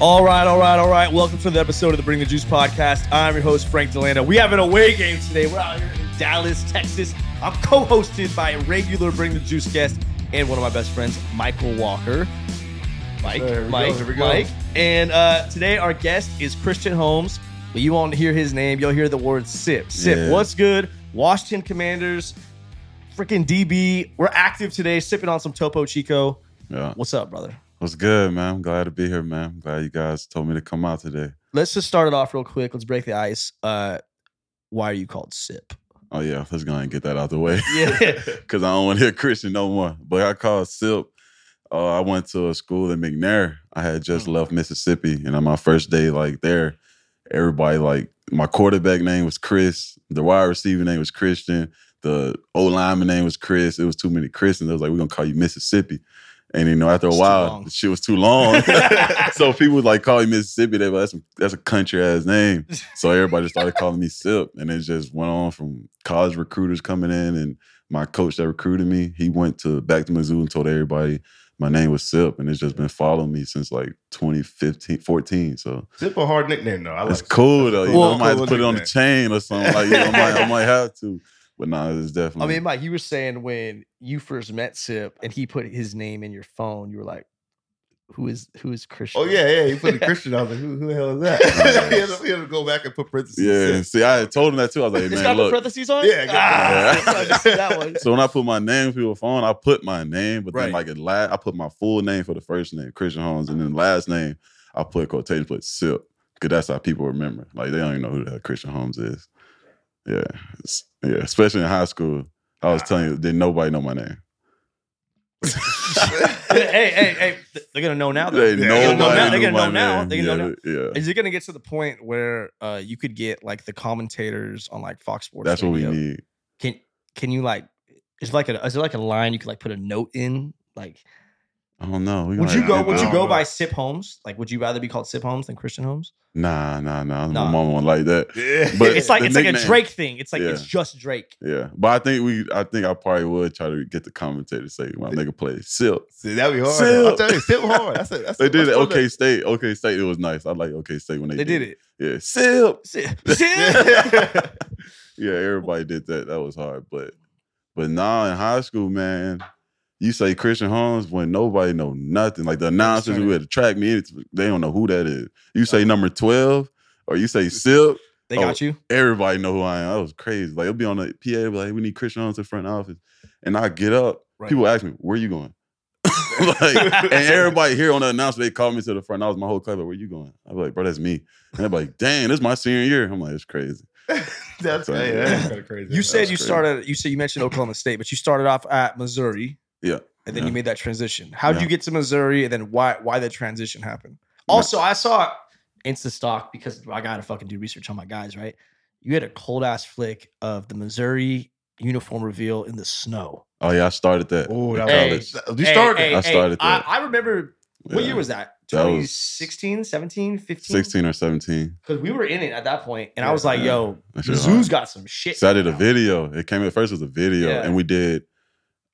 All right, all right, all right. Welcome to the episode of the Bring the Juice podcast. I'm your host, Frank Delano. We have an away game today. We're out here in Dallas, Texas. I'm co hosted by a regular Bring the Juice guest and one of my best friends, Michael Walker. Mike, There we go, Mike, there we go. Mike. And uh, today, our guest is Christian Holmes. But you won't hear his name, you'll hear the word sip. Sip, Yeah. what's good? Washington Commanders, freaking DB. We're active today, sipping on some Topo Chico. Yeah. What's up, brother? What's good, man? I'm glad to be here, man. I'm glad you guys told me to come out today. let's just start it off real quick. Let's break the ice. Uh, why are you called Sip? Oh, yeah. Let's go ahead and get that out the way Yeah, because I don't want to hear Christian no more. But I called SIP. Uh, I went to a school in McNair. I had just Mm. left Mississippi. And on my first day, like there, everybody, like my quarterback name was Chris. The wide receiver name was Christian. The old lineman name was Chris. It was too many Christians. They was like, we're going to call you Mississippi. And, you know, after a It's too while, long. the shit was too long. so people would like call me Mississippi. They like, that's a, that's a country ass name. So everybody started calling me Sip, and it just went on from college recruiters coming in, and my coach that recruited me, he went to back to Mizzou and told everybody my name was Sip, and it's just been following me since like 2015, 14. So Zip a hard nickname though. I like it's cool though. You know, Well, I might have to Oh, cool put it on the nickname. chain or something. Like you know, I, might, I might have to, but nah, it's I definitely. mean, Mike, you were saying when you first met Sip and he put his name in your phone, you were like, "Who is who is Christian?" Oh yeah, yeah. He put a Christian. I was like, who, who the hell is that? he, had to, he had to go back and put parentheses. yeah, Zip. see, I had told him that too. I was like, it's man, got the look, parentheses on. it? Yeah, I got- ah, Yeah. I just see that one. So when I put my name through a phone, I put my name, but Right. then like it last, I put my full name for the first name, Christian Holmes, and then last name, I put quotation, put Sip, because that's how people remember. Like they don't even know who the hell Christian Holmes is. Yeah, It's- yeah, especially in high school. I was telling you, did nobody know my name? hey, hey, hey! th- They're gonna know now. though. They They're nobody gonna know now. knew They're gonna my know now. name. They're gonna yeah, know yeah. Is it gonna get to the point where uh, you could get like the commentators on like Fox Sports? that's what we Radio? need. Can can you like? Is like a is there like a line you could like put a note in like? I don't know. We Would gonna you go? have to Would do you it. go by Sip Holmes? Like, would you rather be called Sip Holmes than Christian Holmes? Nah, nah, nah. Nah. My mom won't like that. yeah. But it's like the it's like a nickname- Drake thing. It's like Yeah. it's just Drake. Yeah, but I think we. I think I probably would try to get the commentator to say my nigga play Sip. See, that'd be hard. Zip. I'm telling you, zip hard. That's it. That's They did it. that's what OK State. OK State. It was nice. I like OK State when they, They did it. Yeah, sip. Sip. Yeah. Yeah, everybody did that. That was hard, but but now in high school, man, you say Christian Holmes when nobody know nothing. Like the announcers who had to track me, it's- they don't know who that is. You say number twelve or you say sip, They Oh. got you. everybody know who I am. That was crazy. Like it'll be on the PA, be like we need Christian Holmes in front office, and I get up. Right. People ask me, "Where you going?" like, and everybody here on the announcement, they called me to the front. I was my whole club. Like, where you going? I'm like, bro, that's me. And they're like, dang, this is my senior year. I'm like, it's crazy. That's So, hey, yeah. that's kind of crazy. You was said you crazy. started. You said you mentioned Oklahoma State, but you started off at Missouri. Yeah. And then you Yeah. made that transition. How would Yeah. you get to Missouri, and then why why the transition happened? Also, I saw Insta stock because I gotta fucking do research on my guys, right? You had a cold ass flick of the Missouri uniform reveal in the snow. Oh yeah, I started that. Oh, that Hey. was that- you started. Hey, hey, I hey, started that. I, I remember What Yeah. year was that? That was- 2016, 17, 15? 16 or 17. Because we were in it at that point, and I was like, Yeah. yo, That shit Mizzou's was hard. got some shit. So I did a now. video. It came at first was a video, Yeah. and we did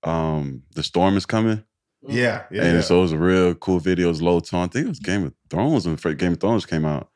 um The Storm is Coming. yeah, yeah. and yeah. so it was a real cool video. It was low tone. I think it was Game of Thrones when Game of Thrones came out.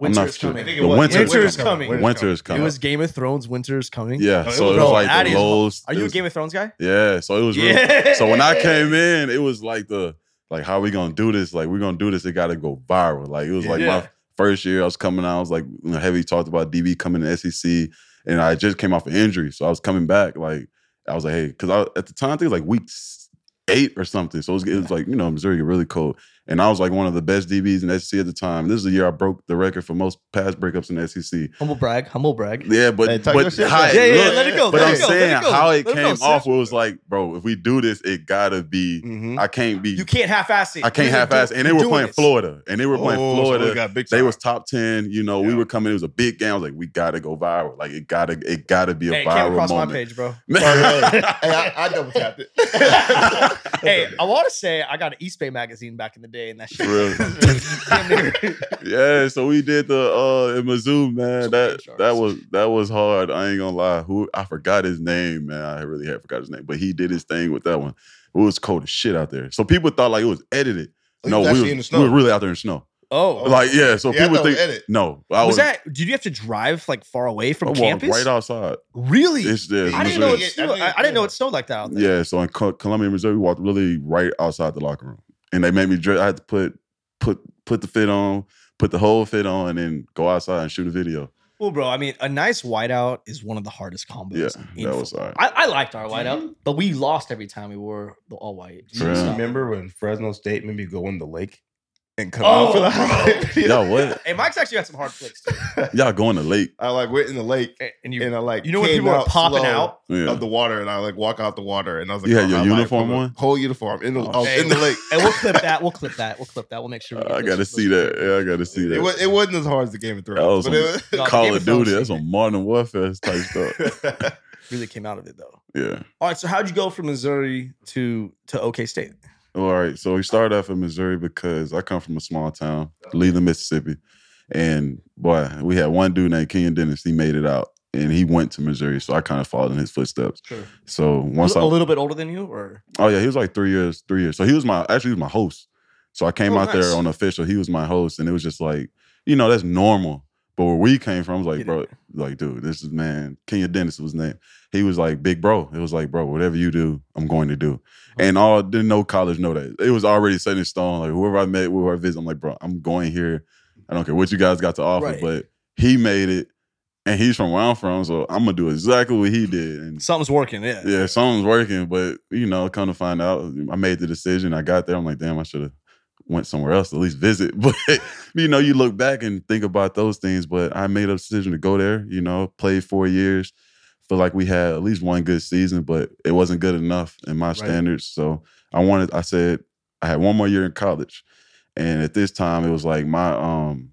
I'm Winter not is sure. coming. I think It it was- Winter- Winter is coming. Winter is Winter is coming. was Game Oh, of Thrones, Winter is coming. No, yeah, it so was- it was Bro, like that the is- lows. Are it you a was- Game of Thrones guy? Yeah, so it was real Yeah. So when I came in, it was like the like how we gonna do this? Like we're gonna do this. It gotta go viral. Like it was like Yeah. my first year I was coming out. I was like you know, heavy talked about DB coming to SEC, and I just came off an injury, so I was coming back. Like I was like, hey, because I at the time I think it was like week s- eight or something. So it was, it was like you know Missouri really cold, and I was like one of the best DBs in SEC at the time. This is the year I broke the record for most pass breakups in SEC. humble brag, humble brag. Yeah, but Hey, talk your but shit, how man. it Yeah, yeah, looked- let it go. But let I'm it go, let saying go, how it let came go, off Sip. was like, bro, if we do this, it gotta be. Mm-hmm. Mhm. I can't be. You can't half-ass it. I can't You're half ass. doing- And they you're were doing playing this. Florida. And they were playing Oh, so Florida. it got big they time. was top ten. You know, we Yeah. were coming. It was a big game. I was like, we gotta go viral. Like it gotta, it gotta be a Hey, it came viral across my moment. page, bro. Sorry, hey, I, I double tapped it. hey, I want to say I got an East Bay magazine back in the day, and that shit. Really? Damn near- yeah, so we did the uh in Mizzou, man. That that was that was hard. I ain't gonna lie. Who I forgot his name, man. I really had forgot his name, but he did his thing with that one. It was cold as shit out there. So people thought like it was edited. Oh, He no, was we, actually was, in the snow. we were really out there in the snow. Oh, Oh, Like, yeah. So Yeah, I people thought think edit. no. I was, that? Did you have to drive like far away I from walked campus? Oh, right outside. Really? It's there. I It's didn't know it Missouri. Yeah, I snowed. I, think- I didn't know yeah. it snowed like that. Out there. Yeah. So in Co- Columbia, Missouri, we walked literally right outside the locker room, and they made me dress. I had to put put put the fit on, put the whole fit on, and then go outside and shoot a video. Well, bro, I mean, a nice whiteout is one of the hardest combos. in that fo- was all right. I, I liked our whiteout, but we lost every time we wore the all white. Do you Yeah. remember when Fresno State made me go in the lake and come Oh, out for the bro. highlight? Y'all what? Hey, Mike's actually got some hard flicks too. Y'all going to lake? I like went in the lake And- And you, and I like you know when came people are out popping slow out. Yeah. of the water and I like walk out the water and I was like, You had your I uniform from the on? whole uniform in the, I was Hey. in the lake. And we'll clip that. We'll clip that. We'll clip that. We'll make sure. we get I those- gotta those- see that. Yeah, I gotta see It, was, that. it wasn't as hard as the Game of Thrones. That but it was- was- Call Game of of Thrones Duty. That's shit. some modern warfare type stuff. Really came out of it though. Yeah. All right. So how'd you go from Missouri to to OK State? All right. So we started off in Missouri because I come from a small town, Leland, Mississippi. And boy, we had one dude named Kenyon Dennis. He made it out and he went to Missouri. So I kind of followed in his footsteps. Sure. So once a I, little bit older than you, or oh yeah, he was like three years, three years. So he was my, actually, he was my host. So I came Oh, out nice. there on official. He was my host. And it was just like, you know, that's normal. But where we came from, I was like, Get bro, it. like, dude, this is man, Kenya Dennis was his name. He was like, big bro. It was like, bro, whatever you do, I'm going to do. And all didn't know college know that. It was already set in stone. Like whoever I met, whoever I visit, I'm like, bro, I'm going here. I don't care what you guys got to offer, Right. but he made it. And he's from where I'm from, so I'm gonna do exactly what he did. And something's working? Yeah. Mm. yeah, something's working, but you know, come to find out, I made the decision. I got there. I'm like, damn, I should have went somewhere else to at least visit. But you know, you look back and think about those things. But I made a decision to go there. You know, played four years. Feel like we had at least one good season, but it wasn't good enough in my standards. So I wanted. I said I had one more year in college, and at this time, it was like my um,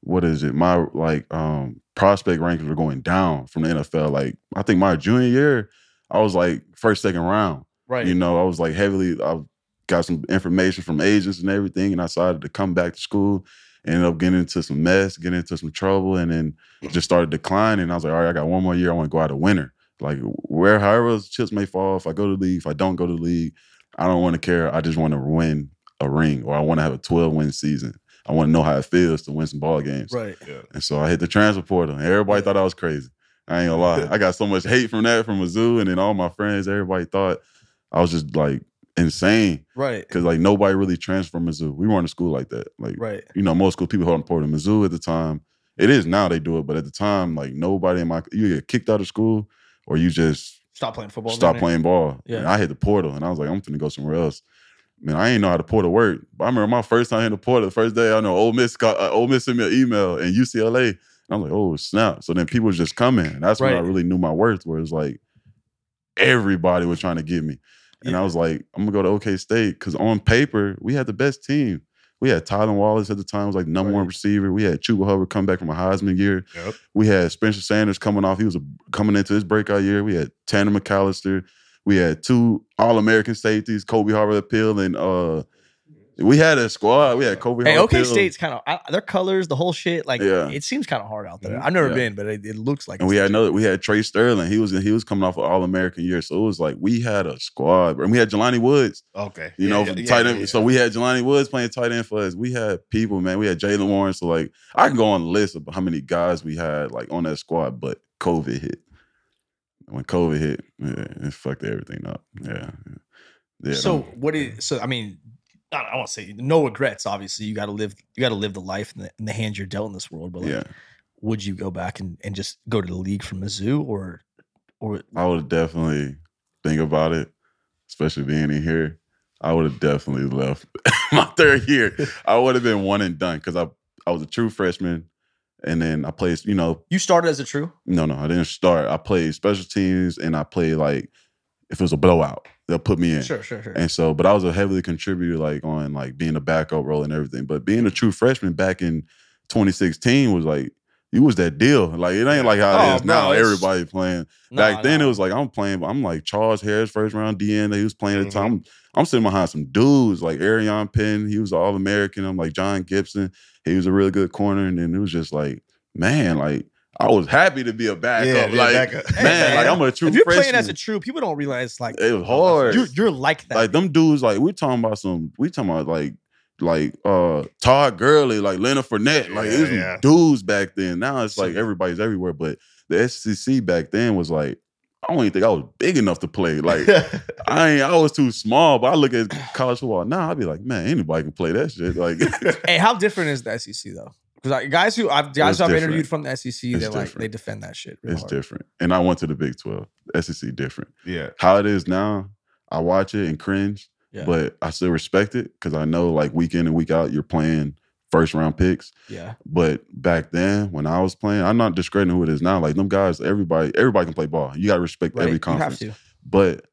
what is it? My like um prospect rankings were going down from the NFL. Like I think my junior year. I was like first, second round. Right. You know, I was like heavily. I got some information from agents and everything, and I decided to come back to school. Ended up getting into some mess, getting into some trouble, and then just started declining. I was like, all right, I got one more year. I want to go out a winner. Like where, however, those chips may fall. If I go to the league, if I don't go to the league, I don't want to care. I just want to win a ring, or I want to have a twelve win season. I want to know how it feels to win some ball games. Right. And so I hit the transfer portal. And everybody thought I was crazy. I ain't gonna lie. I got so much hate from that from Mizzou and then all my friends. Everybody thought I was just like insane Right. because like nobody really transferred from Mizzou. We weren't in school like that. Like Right. you know, most school people hold important to Mizzou at the time. It is now they do it, but at the time, like nobody in my you get kicked out of school or you just Stop playing football. stop down there. playing ball. Yeah. And I hit the portal and I was like, I'm finna go somewhere else. Man, I ain't know how the portal worked. But I remember my first time in the portal, the first day I know Ole Miss got uh, Ole Miss sent me an email and UCLA. And I'm like, oh snap. So then people was just coming. And that's when I Right. really knew my worth, where it was like everybody was trying to get me. And Yeah. I was like, I'm gonna go to OK State. Cause on paper, we had the best team. We had Tylen Wallace at the time, was like number one Right. receiver. We had Chuba Hubbard come back from a Heisman year. Yep. We had Spencer Sanders coming off. He was a, coming into his breakout year. We had Tanner McAllister. We had two All American safeties, Kobe Harvard Appeal, and uh, we had a squad. We had Kobe. Hey, Harvard OK Appeal, State's kind of I- their colors, the whole shit. Like, Yeah. it seems kind of hard out there. Mhm. I've never Yeah. been, but it, it looks like. and it's we had legit. another. We had Trey Sterling. He was he was coming off an All American year, so it was like we had a squad, and we had Jelani Woods. Okay. You Yeah, know, yeah, for the yeah, tight yeah, end. yeah. So we had Jelani Woods playing tight end for us. We had people, man. We had Jalen Warren. So like, I can go on the list of how many guys we had like on that squad, but COVID hit. When COVID hit, yeah, it fucked everything up. Yeah, yeah. so them- what is so? I mean, I don't, want to say no regrets. Obviously, you got to live. You got to live the life and the, and the hand you're dealt in this world. But like, yeah, would you go back and, and just go to the league from Mizzou or or I would definitely think about it, especially being in here. I would have definitely left my third year. I would have been one and done because I I was a true freshman, and then I played. You know, you started as a true? No, no, I didn't start. I played special teams and I played like if it was a blowout, they'll put me in. Sure, sure, sure. And so, but I was a heavily contributor like on like being a backup role and everything. But being a true freshman back in 2016 was like you was that deal. Like it ain't like how it Oh, is bro, now. it's- Everybody playing. No, back then no. it was like I'm playing, but I'm like Charles Harris first round DN that he was playing at the Mhm. Mm-hmm. time. I'm, I'm sitting behind some dudes like Arion Penn. He was all American. I'm like John Gibson. He was a really good corner. And then it was just like, man, like I was happy to be a backup. yeah, yeah, like back up. Hey, man, like I'm a true if you're freshman. playing as a true, people don't realize like uh, it was hard. you're, you're like that. like them dudes, like we talking about some, we talking about like like uh Todd Gurley, like Leonard Fournette, like it was Yeah, yeah. dudes back then. Now it's like Sure. everybody's everywhere, but the SEC back then was like, I don't even think I was big enough to play. Like I ain't, I was too small, but I look at college football now, I'd be like, man, anybody can play that shit. Like Hey, how different is the SEC though? Because guys who I've guys It's who I've different. interviewed from the SEC, they're It's like different. they defend that shit. Real it's hard. different. And I went to the Big 12. SEC different. yeah. how it is now, I watch it and cringe, Yeah. but I still respect it because I know like week in and week out you're playing first round picks. Yeah, But back then when I was playing, I'm not discrediting who it is now. Like them guys, everybody, everybody can play ball. You gotta respect right. every conference. You have to. But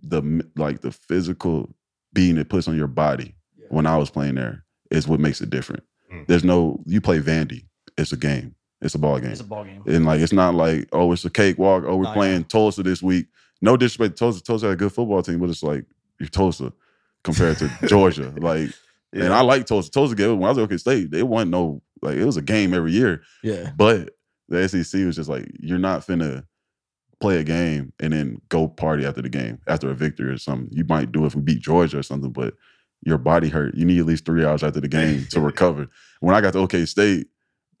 the m- like the physical being it puts on your body when I was playing there is what makes it different. Mm. There's no you play Vandy. It's a game. It's a ball game. It's a ball game. And like it's not like, oh, it's a cakewalk. Oh, we're Oh, playing Tulsa this week. No disrespect to Tulsa. Tulsa had a good football team, but it's like you're Tulsa compared to Georgia. Like, and I like Tulsa. Tulsa gave when I was at OK State, they wasn't no like it was a game every year. Yeah, But the SEC was just like, you're not finna play a game and then go party after the game, after a victory or something. You might do if we beat Georgia or something, but your body hurt. You need at least three hours after the game to recover. When I got to OK State,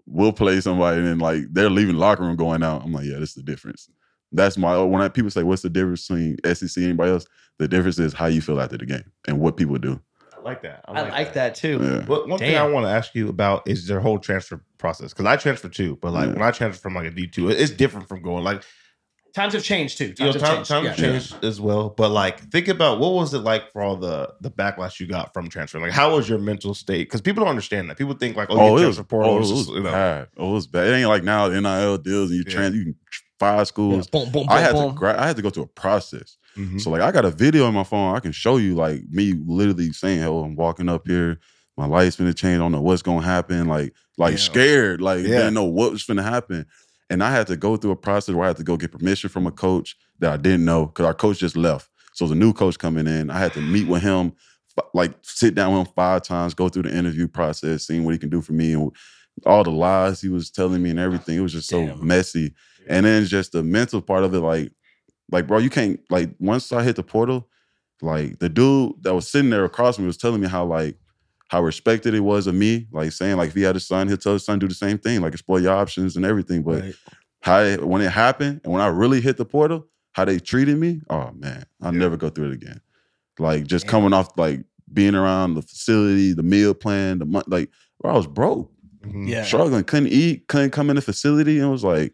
we'll play somebody and then like they're leaving the locker room going out. I'm like, yeah, that's the difference. That's my uh, when I, people say, what's the difference between SEC and anybody else? The difference is how you feel after the game and what people do. I like that. I like that too. Yeah. But one thing I Damn. want to ask you about is their whole transfer process. Because I transfer too, but like Yeah. when I transfer from like a D two, it's different from going like Times have changed too. you know, Times time, have time changed. Yeah. changed as well. But like, think about what was it like for all the the backlash you got from transfer. Like, how was your mental state? Because people don't understand that. People think like, oh, you transfer portal oh, is it just, you was know. bad. Oh, it was bad. It ain't like now the NIL deals and you Yeah. trans you can five Yeah. schools. Boom, boom, boom, I had to boom. gra- I had to go through a process. Mhm. So like I got a video on my phone. I can show you like me literally saying, "Oh, I'm walking up here. My life's gonna change. I don't know what's gonna happen. Like like Yeah. scared. Like Yeah. didn't know what was gonna happen." And I had to go through a process where I had to go get permission from a coach that I didn't know because our coach just left. So the new coach coming in, I had to meet with him, f- like sit down with him five times, go through the interview process, seeing what he can do for me, and all the lies he was telling me and everything. It was just so Damn. messy. And then it's just the mental part of it, like, like bro, you can't like once I hit the portal, like the dude that was sitting there across from me was telling me how like how respected it was of me, like saying like if he had a son, he'll tell his son do the same thing, like explore your options and everything. But Right. how it, when it happened and when I really hit the portal, how they treated me, oh man, I'll Yeah. never go through it again. Like just Damn. coming off like being around the facility, the meal plan, the month, like bro, I was broke, Mhm. Yeah, struggling, couldn't eat, couldn't come in the facility, and it was like,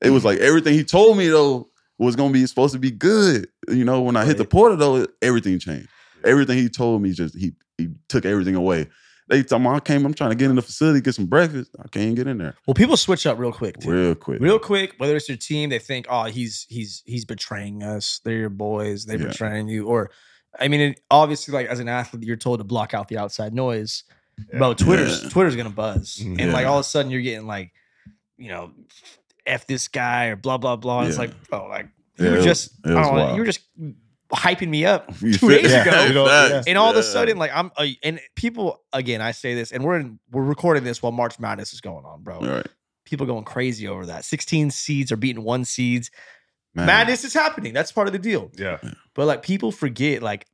it was like everything he told me though was gonna be supposed to be good. You know, when I hit the Right. portal though, everything changed. Everything he told me just he he took everything away. They told me I came, I'm trying to get in the facility, get some breakfast. I can't get in there Well, people switch up real quick. Too. real quick. real quick whether it's your team they think oh he's he's he's betraying us they're your boys they're Yeah. betraying you or i mean it, obviously like as an athlete you're told to block out the outside noise Yeah. bro twitter's Yeah. Mm-hmm. twitter's gonna buzz Mhm. and like Yeah. all of a sudden you're getting like you know f this guy or blah blah blah it's Yeah. like bro like you Yeah, were it was- just it was I don't know, wild. you were just hyping me up You two fit- days Yeah. ago You know, Facts. and all of Yeah. a sudden like i'm a, and people again i say this and we're in, we're recording this while march madness is going on bro All right, people going crazy over that. 16 seeds are beating one seeds. man. Madness is happening. That's part of the deal. Yeah. But like people forget, like,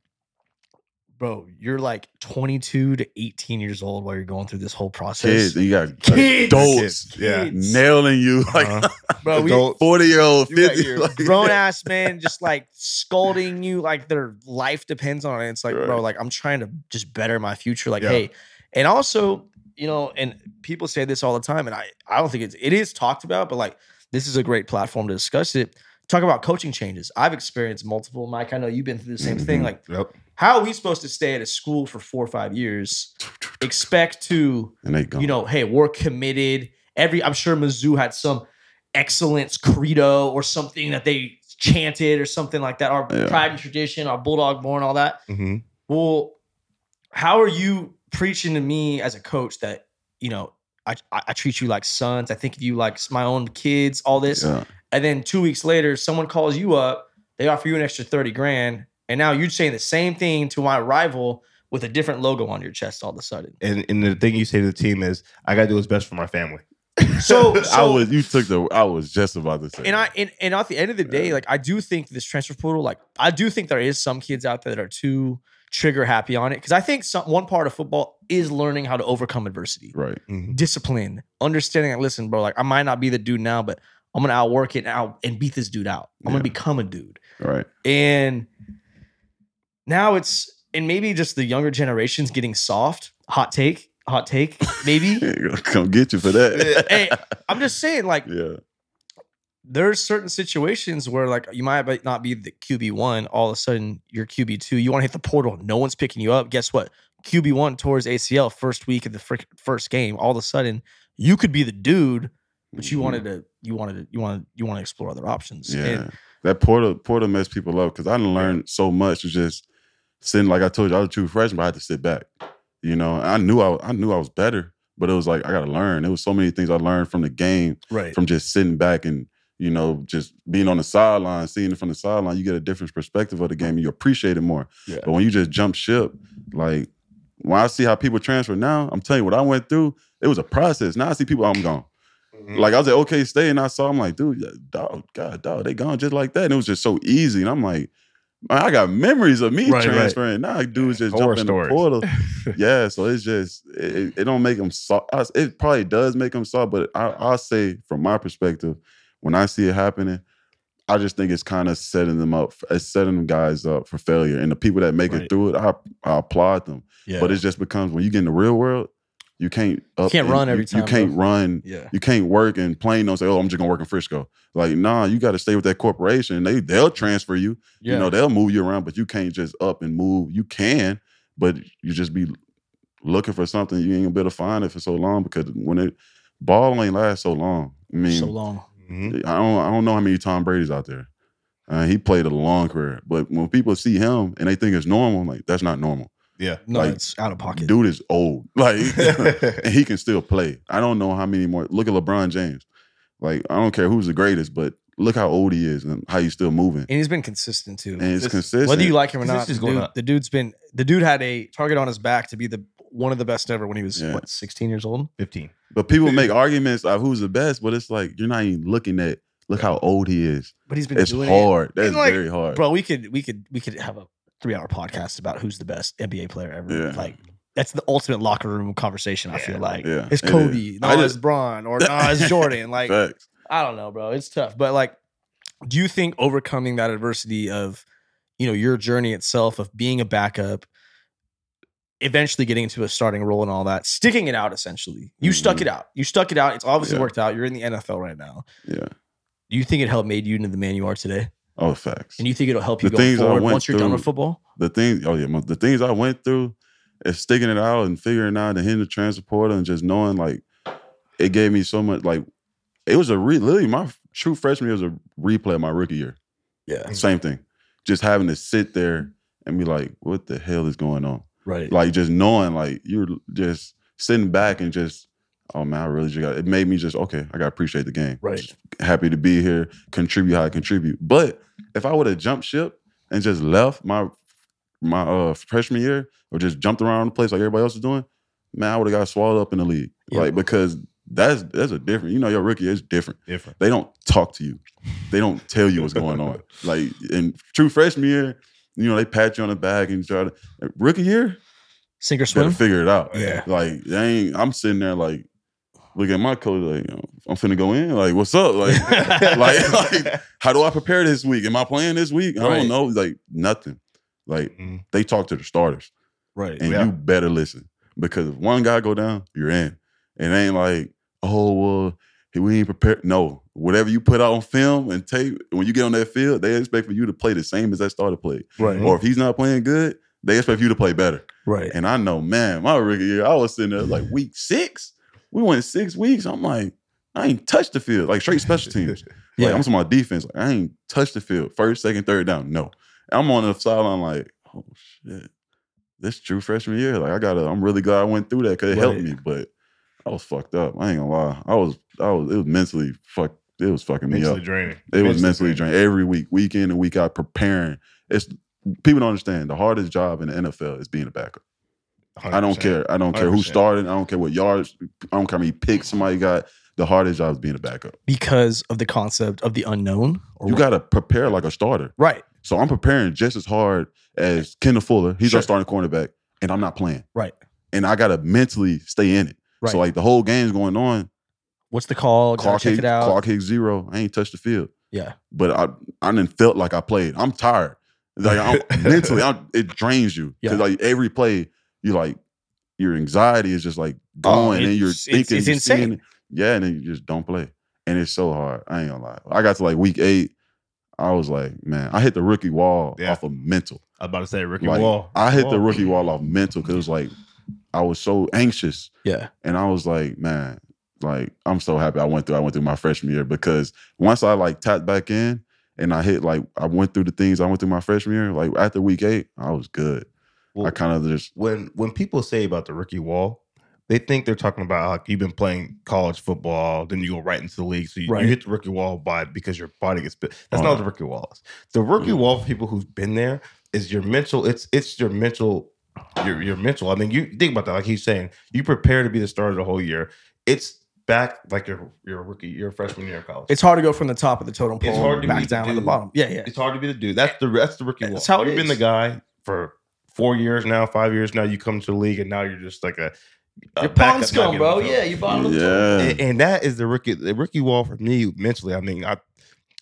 bro, you're like 22 to 18 years old while you're going through this whole process. kids, and you got Kids. adults Yeah. Kids. nailing you like Uh-huh. bro, we Adult- forty year old, You got fifty your like, grown ass man just like scolding you like their life depends on it. It's like, bro, Right. like I'm trying to just better my future. Like, Yeah. hey, and also, you know, and people say this all the time, and I, I don't think it's it is talked about, but like this is a great platform to discuss it. Talk about coaching changes. I've experienced multiple. Mike, I know you've been through the same thing. Mhm. Like, Mm-hmm. Yep. how are we supposed to stay at a school for four or five years? Expect to and they gone. you know, hey, we're committed. Every I'm sure Mizzou had some excellence credo or something that they chanted or something like that. Our Yeah. pride and tradition, our bulldog born, all that. hmm Well, how are you preaching to me as a coach that you know I I, I treat you like sons? I think of you like my own kids. All this, Yeah. and then two weeks later, someone calls you up. They offer you an extra thirty grand, and now you're saying the same thing to my rival with a different logo on your chest all of a sudden. And and the thing you say to the team is, I gotta do what's best for my family. So, so I was you took the I was just about to say and I and, and at the end of the day, Yeah. like I do think this transfer portal, like I do think there is some kids out there that are too trigger happy on it because I think some one part of football is learning how to overcome adversity, Right. Mm-hmm. discipline, understanding. Like, listen, bro, like I might not be the dude now, but I'm gonna outwork it out and beat this dude out. I'm Yeah. gonna become a dude. Right. And now it's and maybe just the younger generations getting soft. Hot take, hot take, maybe. Come get you for that. hey, I'm just saying, like yeah. there's certain situations where like you might not be the QB one, all of a sudden you're QB two. You want to hit the portal, no one's picking you up. Guess what? QB one towards ACL first week of the frick first game. All of a sudden, you could be the dude, but you wanted to, you wanted to, you wanted, you want to explore other options. Mm-hmm. Yeah. And that portal portal messed people up because I didn't learn so much. It's just sitting, like I told you, I was a true freshman, but I had to sit back. You know, I knew I I knew I was better, but it was like I gotta learn. There was so many things I learned from the game, Right. from just sitting back and you know, just being on the sideline, seeing it from the sideline, you get a different perspective of the game. and You appreciate it more. Yeah. But when you just jump ship, like when I see how people transfer now, I'm telling you what I went through. It was a process. Now I see people, I'm gone. Like I was at OK State and I saw him like, dude, yeah, dog, God, dog, they gone just like that. And it was just so easy. And I'm like, man, I got memories of me Right, right. transferring. Now dude's just Horror jumping stories. the portal. yeah, so it's just it, it- it don't make them soft. I- It probably does make them soft, but I, I'll say from my perspective, when I see it happening, I just think it's kind of setting them up. It's setting them guys up for failure. And the people that make Right. it through it, I, I applaud them. Yeah. But it just becomes when you get in the real world, you can't up can't and- run every you- time, You can't run yeah. you can't work in plain don't say, oh, I'm just gonna work in Frisco. Like, nah, you gotta stay with that corporation. They they'll transfer you. yeah. You know, they'll move you around, but you can't just up and move. You can, but you just be looking for something you ain't gonna be able to find it for so long because when it ball ain't last so long. I mean so long. Mhm. I don't I don't know how many Tom Brady's out there. Uh, he played a long career. But when people see him and they think it's normal, I'm like that's not normal. Yeah. No, Like, it's out of pocket. Dude is old. Like and he can still play. I don't know how many more. Look at LeBron James. Like I don't care who's the greatest, but look how old he is and how he's still moving. and he's been consistent too. And it's This- consistent. Whether you like him or This not, the, is going dude, up. the dude's been the dude had a target on his back to be the one of the best ever when he was Yeah. what 16 years old. 15. but people make arguments of who's the best, but it's like you're not even looking at look how old he is. But he's been It's doing hard. That's And, like, very hard. it, bro. We could we could we could have a three hour podcast about who's the best NBA player ever. Yeah. Like that's the ultimate locker room conversation. I Yeah. feel like Yeah, it's it is. Kobe, no, I it's just- Braun, or no, it's Jordan. Like Facts. I don't know, bro. It's tough. But like, do you think overcoming that adversity of, you know, your journey itself of being a backup, eventually getting into a starting role and all that, sticking it out essentially. You stuck Mhm. it out. You stuck it out. It's obviously Yeah. worked out. You're in the NFL right now. Yeah. Do you think it helped made you into the man you are today? Oh, facts. And you think it'll help you The going things I forward went once you're done with through- football? the things. Oh yeah, my- the things I went through, is sticking it out and figuring out and hitting the transporter and just knowing like it gave me so much. Like it was a re literally my true freshman year was a replay of my rookie year. Yeah. Same thing. Just having to sit there and be like, what the hell is going on? Right. Like just knowing, like you're just sitting back and just, oh man, I really just got it made me just, okay, I gotta appreciate the game. Right. Just happy to be here, contribute how I contribute. But if I would have jumped ship and just left my my uh freshman year or just jumped around the place like everybody else is doing, man, I would have got swallowed up in the league. Yeah. Like because that's that's a different, you know, your rookie is different Different. they don't talk to you. They don't tell you what's going on. Like in true freshman year, you know, they pat you on the back and try to rookie year, Sink or better swim? figure it out. Yeah. Like they ain't I'm sitting there like look at my coach like you know, I'm finna go in. Like, what's up? Like, like, like, how do I prepare this week? Am I playing this week? I Right. don't know. Like nothing. Like Mhm. they talk to the starters Right. and Yeah. you better listen because if one guy go down, you're in. It ain't like oh well, he- we ain't prepared. No, whatever you put out on film and tape, when you get on that field, they expect for you to play the same as that starter played. Mm-hmm. Right. Or if he's not playing good, they expect you to play better. Right. And I know, man, my rookie year, I was sitting there like week six. We went six weeks. I'm like, I ain't touched the field like straight special teams. Like Yeah. I'm talking about defense. Like, I ain't touched the field. First, second, third down. No. I'm on the sideline like, oh shit. This true freshman year. Like I gotta, I'm really glad I went through that because it helped Right. me. But I was fucked up. I ain't gonna lie. I was I was it was mentally fucked. It was fucking me up. Mentally draining. It was mentally draining every week, week in and week out, preparing. It's people don't understand the hardest job in the NFL is being a backup. I don't 100%. care. I don't care who 100%. started. I don't care what yards. I don't care how many picks somebody got. The hardest job is being a backup. because of the concept of the unknown. Or You got to prepare like a starter. right, So I'm preparing just as hard as Kendall Fuller. He's Sure. our starting cornerback, and I'm not playing. right. and I gotta mentally stay in it. Right. So like the whole game's going on. What's the call? Gotta Clock check hit, it out. clock hit zero. I ain't touched the field, Yeah. but I I didn't felt like I played. I'm tired. Like I'm, mentally, I'm, it drains you Yeah. because like every play, you like your anxiety is just like Oh, going, and you're it's- it's- thinking, it's you're seeing insane. it. yeah, and then you just don't play, and it's so hard. I ain't gonna lie. I got to like week eight. I was like, man, I hit the rookie wall Yeah. off of mental. I'm about to say Ricky Like, Wall. I hit the Wall. rookie wall off mental because it was like I was so anxious Yeah. and I was like, man, like I'm so happy I went through. I went through my freshman year because once I like tapped back in and I hit like I went through the things I went through my freshman year. Like after week eight, I was good. Well, I kind of just when when people say about the rookie wall, they think they're talking about like you've been playing college football, then you go right into the league. So you, you Right. hit the rookie wall by because your body gets bit. That's not Oh, no. what the rookie wall is. The rookie wall for people who've been there is your mental, it's it's your mental, your your mental. I mean, you think about that, like he's saying, you prepare to be the starter the whole year. It's back like your your rookie, your freshman year of college. It's hard to go from the top of the totem pole It's hard to back be down to the dude. bottom. Yeah, yeah. it's hard to be the dude. That's the that's the rookie That's wall. how it You've been is. the guy for four years now, five years now. You come to the league and now you're just like a, a You're backup pawn not scum, getting bro. the field. Yeah, you bottom of the totem. yeah. And, and that is the rookie the rookie wall for me mentally. I mean, I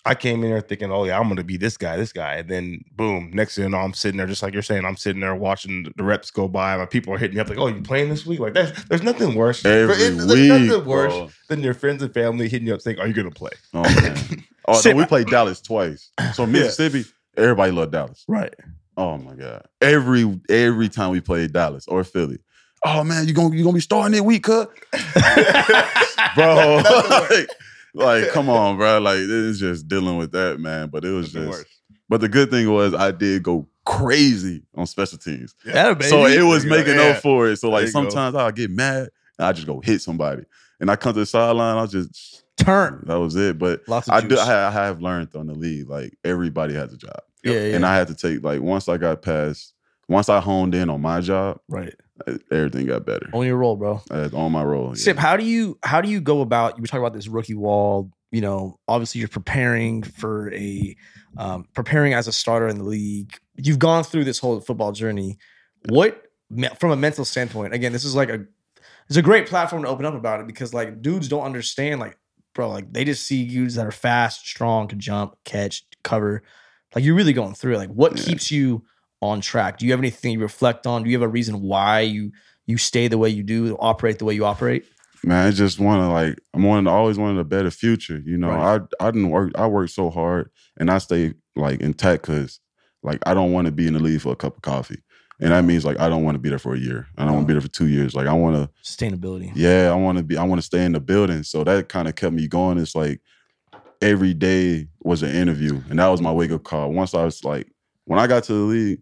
I came in there thinking, oh yeah, I'm gonna be this guy, this guy, and then boom, next thing you know, I'm sitting there just like you're saying. I'm sitting there watching the reps go by. My people are hitting me up like, oh, you playing this week? Like that's there's nothing worse. Every There's week, nothing worse bro. than your friends and family hitting you up saying, are you gonna play? Oh man. Oh, no, Sit- we played Dallas twice. So Mississippi, everybody loved Dallas. Right. Oh my god! Every every time we played Dallas or Philly, oh man, you gonna you gonna be starting that week, cut, bro. like, like, come on, bro. Like, this is just dealing with that, man. But it was Nothing just. worse. But the good thing was, I did go crazy on special teams, Yeah, baby. so it was There you go. making Yeah. up for it. So like There you go. sometimes I'll get mad and I just go hit somebody, and I come to the sideline, I just turn. that was it. But Lots of I do. juice. I have, I have learned on the league, like everybody has a job, yeah, yeah. and I had to take like once I got past, once I honed in on my job, e, right. everything got better Oh. On your roll, bro. uh, on my role. yeah. Sip, how do you how do you go about? You were talking about this rookie wall. You know, obviously you're preparing for a um, preparing as a starter in the league. You've gone through this whole football journey. What me- from a mental standpoint? Again, this is like a it's a great platform to open up about it because like dudes don't understand like bro like they just see dudes that are fast, strong, can jump, catch, cover. Like you're really going through it. Like what Yeah. keeps you on track? Do you have anything you reflect on? Do you have a reason why you you stay the way you do, operate the way you operate? man, I just want to like I'm wanting always wanted a better future. You know, Right. I I didn't work. I worked so hard, and I stay like intact because like I don't want to be in the league for a cup of coffee, and that means like I don't want to be there for a year. I don't want to be there for two years. Like I want to sustainability. Yeah, I want to be. I want to stay in the building. So that kind of kept me going. It's like every day was an interview, and that was my wake up call. Once I was like, when I got to the league,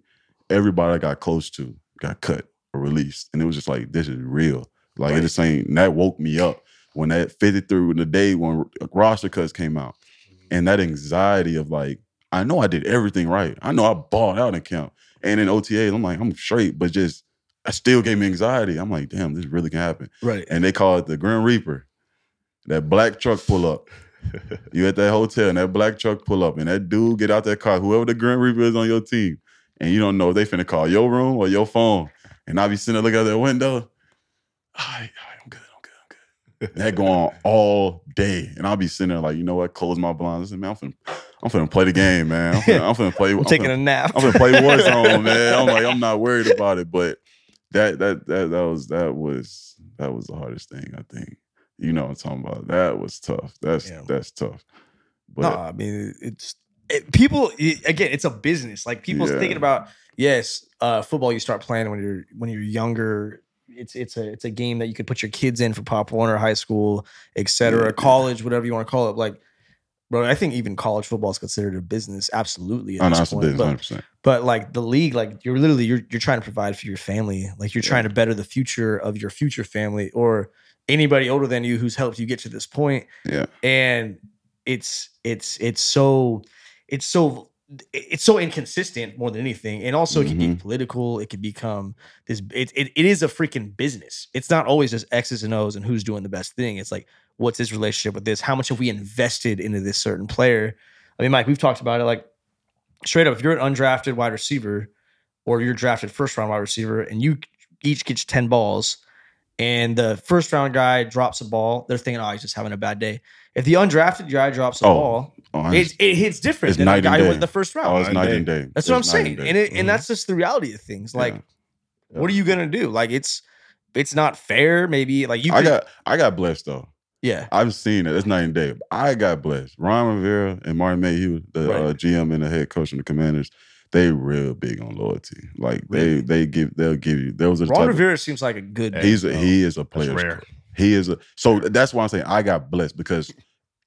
everybody I got close to got cut or released, and it was just like this is real. Like it just ain't. and That woke me up when that fitted through the day when roster cuts came out, and that anxiety of like, I know I did everything right. I know I balled out in camp and in OTAs. I'm like, I'm straight, but just. I still gave me anxiety. I'm like, damn, this really can happen Right. and they call it the Grim Reaper. That black truck pull up. you at that hotel and that black truck pull up, and that dude get out that car, whoever the Grim Reaper is on your team, and you don't know if they finna call your room or your phone. And I be sitting there looking out that window. All right, all right, I'm good, I'm good, I'm good. And that go on all day. And I'll be sitting there like, you know what? Close my blinds. Listen, man, I'm finna, I'm finna play the game, man. I'm finna, I'm finna play. I'm taking a nap. I'm gonna play Warzone, man. I'm like, I'm not worried about it. But that that that that was that was that was the hardest thing, I think. You know what I'm talking about. That was tough. That's Yeah. that's tough. But no, I mean it's it, people it- again. It's a business. Like people's Yeah. thinking about yes, uh, football. You start playing when you're when you're younger. It's it's a it's a game that you could put your kids in for Pop Warner High School, et cetera, Yeah. college, whatever you want to call it. Like, bro, I think even college football is considered a business. Absolutely, at oh, no, this that's the point. business, But- 100. percent but like the league like you're literally you're, you're trying to provide for your family like you're trying to better the future of your future family or anybody older than you who's helped you get to this point Yeah. and it's it's it's so it's so it's so inconsistent more than anything and also it can be Mhm. political it can become this it, it, it is a freaking business it's not always just x's and o's and who's doing the best thing it's like what's his relationship with this how much have we invested into this certain player i mean mike we've talked about it like straight up if you're an undrafted wide receiver or you're drafted first round wide receiver and you each gets 10 balls. And the first round guy drops a ball. They're thinking, oh, he's just having a bad day. If the undrafted guy drops a Oh, ball, Oh, it, it hits different it's than the night and guy who day. went in the first round. oh, it's Nine night day. and day. that's what I'm It's night saying. day. Mm-hmm. And, it, Mhm. and that's just the reality of things. Like, Yeah. what are you gonna do? Like it's it's not fair. Maybe like you. I could- got I got blessed though. yeah. I've seen it. It's night and day. I got blessed. Ron Rivera and Martin Mayhew, the Right. uh, GM and the head coach of the Commanders, they real big on loyalty. Like Really? they they give they'll give you. There was a Ron type of, Rivera seems like a good. dude, he's a, though. he is a That's player. rare. He is a so that's why I'm saying I got blessed because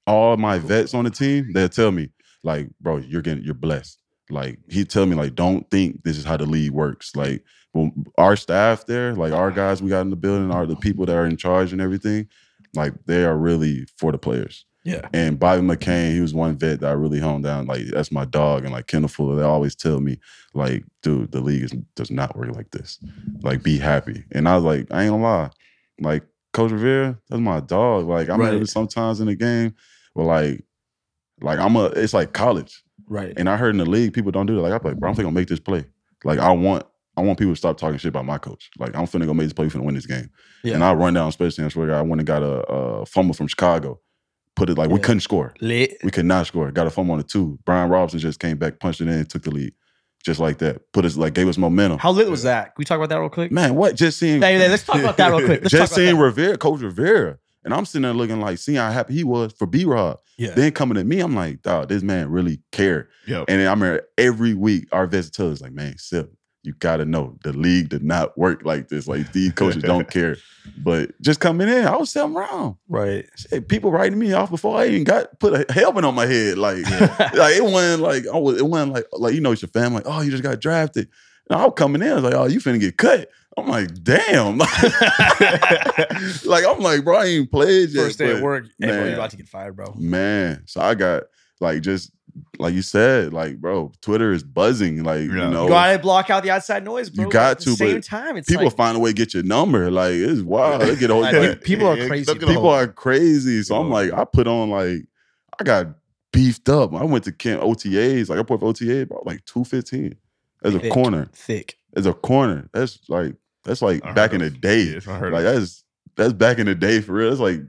all my vets on the team they'll tell me like, bro, you're getting you're blessed. Like he tell me like, don't think this is how the league works. Like when our staff there, like our guys we got in the building, are the people that are in charge and everything. Like they are really for the players. Yeah. And Bobby McCain, he was one vet that I really honed down. Like that's my dog, and like Kendall Fuller, they always tell me, like, dude, the league is, does not work like this. Like, be happy. And I was like, I ain't gonna lie, like Coach Rivera, that's my dog. Like I'm Right. right. sometimes in the game, but like, like I'm a, it's like college. right. And I heard in the league, people don't do that. Like I'm like, bro, I'm finna gonna make this play. Like I want, I want people to stop talking shit about my coach. Like I'm finna go make this play, we finna win this game. Yeah. And I run down special teams. I swear to God, I went and got a, a fumble from Chicago. Put it like we Yeah. couldn't score. Lit. We could not score. Got a fumble on the two. Brian Robinson just came back, punched it in, took the lead, just like that. Put us like gave us momentum. How lit was that? Can we talk about that real quick? Man, what? Just seeing. Hey, let's talk about that real quick. Let's just talk about seeing that. Rivera, Coach Rivera, and I'm sitting there looking like seeing how happy he was for B Rob. Yeah. Then coming to me, I'm like, dog, this man really cared. Yep. And then I remember every week our vets tell us, like, man, Sip, you gotta know the league did not work like this. Like these coaches don't care. But just coming in, I was selling around. Right. Shit, people writing me off before I even got put a helmet on my head. Like, like it wasn't like I was, it wasn't like like you know it's your family. Like, oh, you just got drafted. And I'm coming in, I was like, oh, you finna get cut. I'm like, damn. like I'm like, bro, I ain't played yet. First day at but- work. Hey, bro, man. you're about to get fired, bro. Man, so I got like just like you said, like bro, Twitter is buzzing. Like Yeah. you know, You gotta block out the outside noise, bro. Oh. You got At the to, Same but time, it's people like, find a way to get your number. Like it's wild. They get a whole- Like, like, people are crazy, stuck in a bro. people hole. are crazy. So I'm Yeah. like, I put on like I got beefed up. I went to camp OTAs. Like I put for OTA, bro, like two fifteen. As a Thick. corner, thick. as a corner. That's like that's like I back in heard the of- day. Yeah, I heard Like of- that's that's back in the day for real. That's like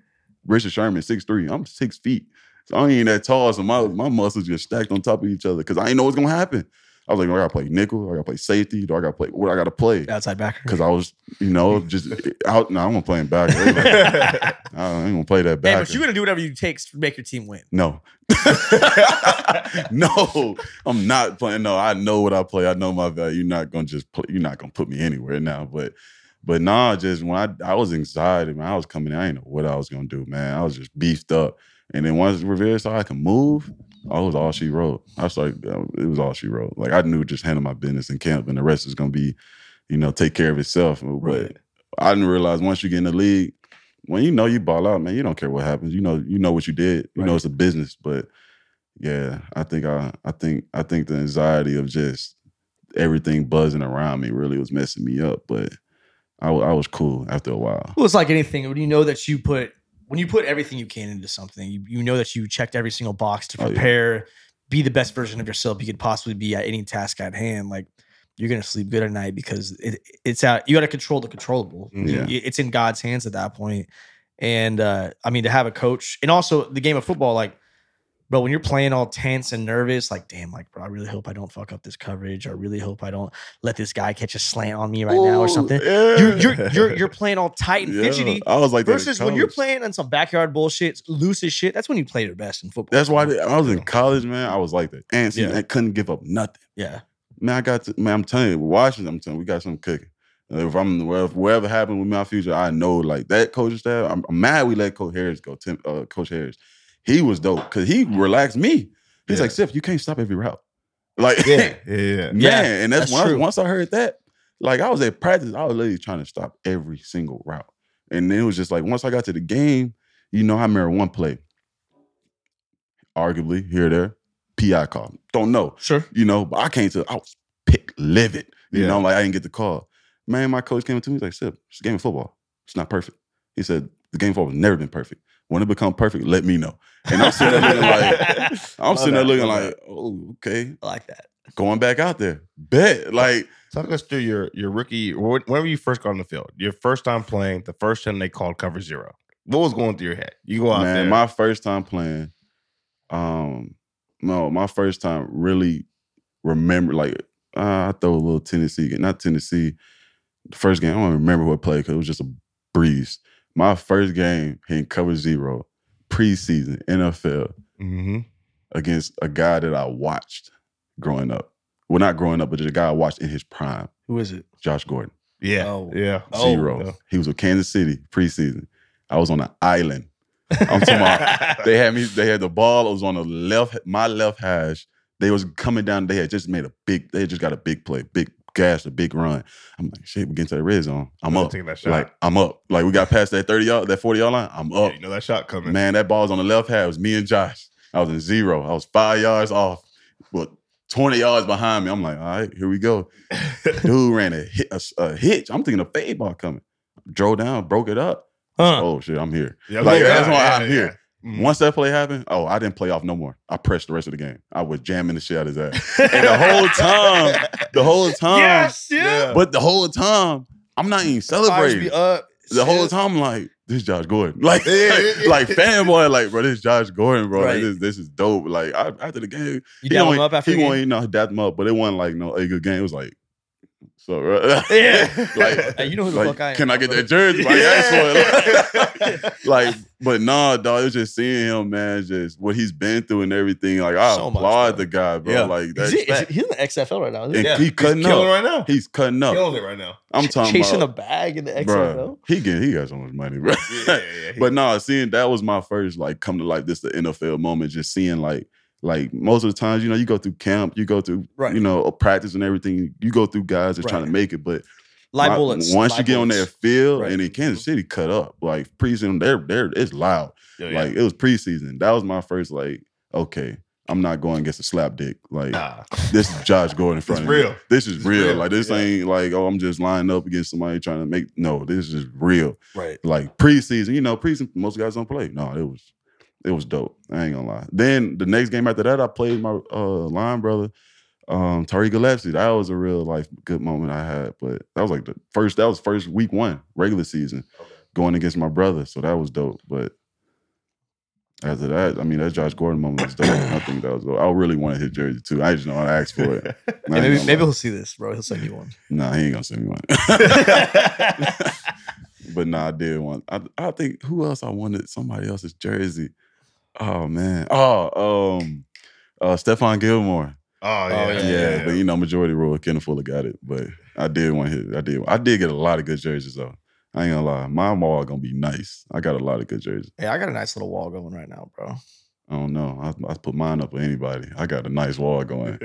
Richard Sherman, six three. I'm six feet. So I ain't even that tall. So my my muscles just stacked on top of each other because I ain't know what's gonna happen. I was like, I gotta play nickel. I gotta play safety. Do I gotta play what I gotta play? Outside backer. Because I was, you know, just out. No, I'm gonna play him back. I ain't gonna- I ain't gonna play that Hey, back. but you're gonna do whatever you take to make your team win. No. no, I'm not playing. No, I know what I play. I know my value. You're not gonna just play, you're not gonna put me anywhere now. But but nah, just when I I was anxiety, man, I was coming in, I didn't know what I was gonna do, man. I was just beefed up. And then once Rivera saw I can move, I was all she wrote. I was like, uh, it was all she wrote. Like I knew just handle my business in camp and the rest is gonna be, you know, take care of itself. Right. But I didn't realize once you get in the league, when you know you ball out, man, you don't care what happens. You know, you know what you did. You know Right. it's a business, but yeah, I think I, I think, I think the anxiety of just everything buzzing around me really was messing me up. But I, wa- I was cool after a while. Well, it's like anything. When you know that you put when you put everything you can into something, you, you know that you checked every single box to Oh, yeah. prepare, be the best version of yourself you could possibly be at any task at hand. Like you're gonna sleep good at night because it, it's out. You got to control the controllable. Mhm. Yeah. It's in God's hands at that point. And uh, I mean, to have a coach, and also the game of football, like, bro, when you're playing all tense and nervous, like, damn, like, bro, I really hope I don't fuck up this coverage. I really hope I don't let this guy catch a slant on me right now or something. Yeah. You're, you're you're you're playing all tight and Yeah, fidgety. I was like that in Versus when you're college. playing on some backyard bullshit, loose as shit, that's when you play your best in football. That's why I, did- I was in college, man. I was like that, and see, Yeah. I couldn't give up nothing. yeah. Man, I got to, man, I'm telling you, Washington, I'm telling you, we got something cooking. And If I'm wherever, wherever happened with my future, I know like that coaching staff. I'm, I'm mad we let Coach Harris go. Tim, uh, Coach Harris, he was dope because he relaxed me. He's Yeah. like, Sif, you can't stop every route. Like, yeah, yeah, yeah. man, Yeah, and that's, that's when I- true. once I heard that, like I was at practice, I was literally trying to stop every single route. And then it was just like once I got to the game, you know, I remember one play, arguably here or there, PI call. Don't know Sure. you know, but I came to, I was pick livid. You Yeah. know, like I didn't get the call. Man, my coach came up to me, he's like, Sip, it's a game of football. It's not perfect. He said, the game of football has never been perfect. When it become perfect, let me know. And I'm sitting there looking like, I'm Love sitting there that, looking love like, oh, okay. I like that. going back out there. Bet. Like, Talk us through your your rookie. wh- Whenever you first got on the field, your first time playing, the first time they called cover zero. What was going through your head? You go out man, there. my first time playing, um, no, my first time really remember, like, uh, I throw a little Tennessee game, not Tennessee, the first game, I don't even remember what play because it was just a breeze. My first game hitting cover zero, preseason, NFL, mm-hmm. against a guy that I watched growing up. Well, not growing up, but just a guy I watched in his prime, Who is it? Josh Gordon. Yeah, Oh. yeah. Oh, Zero. no. He was with Kansas City preseason. I was on an island. I'm talking about they had me. They had the ball. It was on the left, my left hash. They was coming down. They had just made a big. They had just got a big play, big gash, a big run. I'm like, shit, we get to the red zone. I'm Really up. Taking that shot. Like I'm up. Like we got past that thirty yard, that forty yard line. I'm Yeah, up. you know that shot coming. Man, that ball was on the left half. It was me and Josh. I was in zero. I was five yards off, but 20 yards behind me. I'm like, all right, here we go. Dude ran a, hit, a, s- a hitch. I'm thinking a fade ball coming. Drove down, broke it up. Huh. Oh, shit, I'm here. Yeah, Like, yeah, that's why yeah, I'm yeah. here. Mhm. Once that play happened, oh, I didn't play off no more. I pressed the rest of the game. I was jamming the shit out of his ass. And the whole time, the whole time, Yes, yeah. Yeah. but the whole time, I'm not even Fires celebrating me up. the whole Shit. time, I'm like, this is Josh Gordon. Like, Yeah, yeah, yeah. like, fanboy, like, bro, this is Josh Gordon, bro. Right. Like, this, this is dope. Like, I, after the game, You down only- him up after he the game? won't, you know, dap him up, but it wasn't like no a good game. It was like, so, bro. Yeah. like, Hey, you know who the like, fuck I am. can I get bro. that jersey? Like, Yeah. that's what, like, like, but nah, dog. It was just seeing him, man. Just what he's been through and everything. Like, I So much, applaud bro. the guy, bro. Yeah. Like, Is that's, he, is he- he's in the XFL right now. Isn't he? and Yeah. he cutting He's killing up. right now. He's cutting up. Killing it right now. I'm talking chasing about, a bag in the XFL. bro. He getting, he got so much money, bro. Yeah, yeah, yeah. But no, seeing that was my first like come to life. This the NFL moment, just seeing like like most of the times, you know, you go through camp, you go through Right. you know practice and everything. You go through guys that's trying Right. to make it, but Live my- bullets. once live you get on that bullets. field Right. and in Kansas City, cut up like preseason. There, there, it's loud. Yeah, yeah. Like it was preseason. That was my first like okay. I'm not going against a slap dick. Like nah, this is Josh Gordon in it's front of me. real. This is It's real. real, Like this yeah. ain't like oh I'm just lining up against somebody trying to make no. This is real Right. like preseason, you know, preseason most guys don't play. No, it was it was dope. I ain't gonna lie. Then the next game after that, I played my uh line brother, um, Tariq Gillespie. That was a real like good moment I had. But that was like the first that was first week one, regular season, going against my brother. So that was dope. But after that, I mean that Josh Gordon moment was dope. I think that was dope. I really wanted his jersey too. I just know how to ask for it. Hey, I maybe ain't gonna maybe lie. he'll see this, bro. He'll send you one. Nah, he ain't gonna send me one. but nah, I did one. I, I think who else I wanted? Somebody else's jersey. Oh man. Oh, um, uh, Stefan Gilmore. Oh yeah, yeah, Yeah, but you know, majority rule. Kenneth Fuller got it, but I did want his. I did. I did get a lot of good jerseys though. I ain't gonna lie. My mall gonna be nice. I got a lot of good jerseys. Hey, I got a nice little wall going right now, bro. I don't know. I, I put mine up with anybody. I got a nice wall going.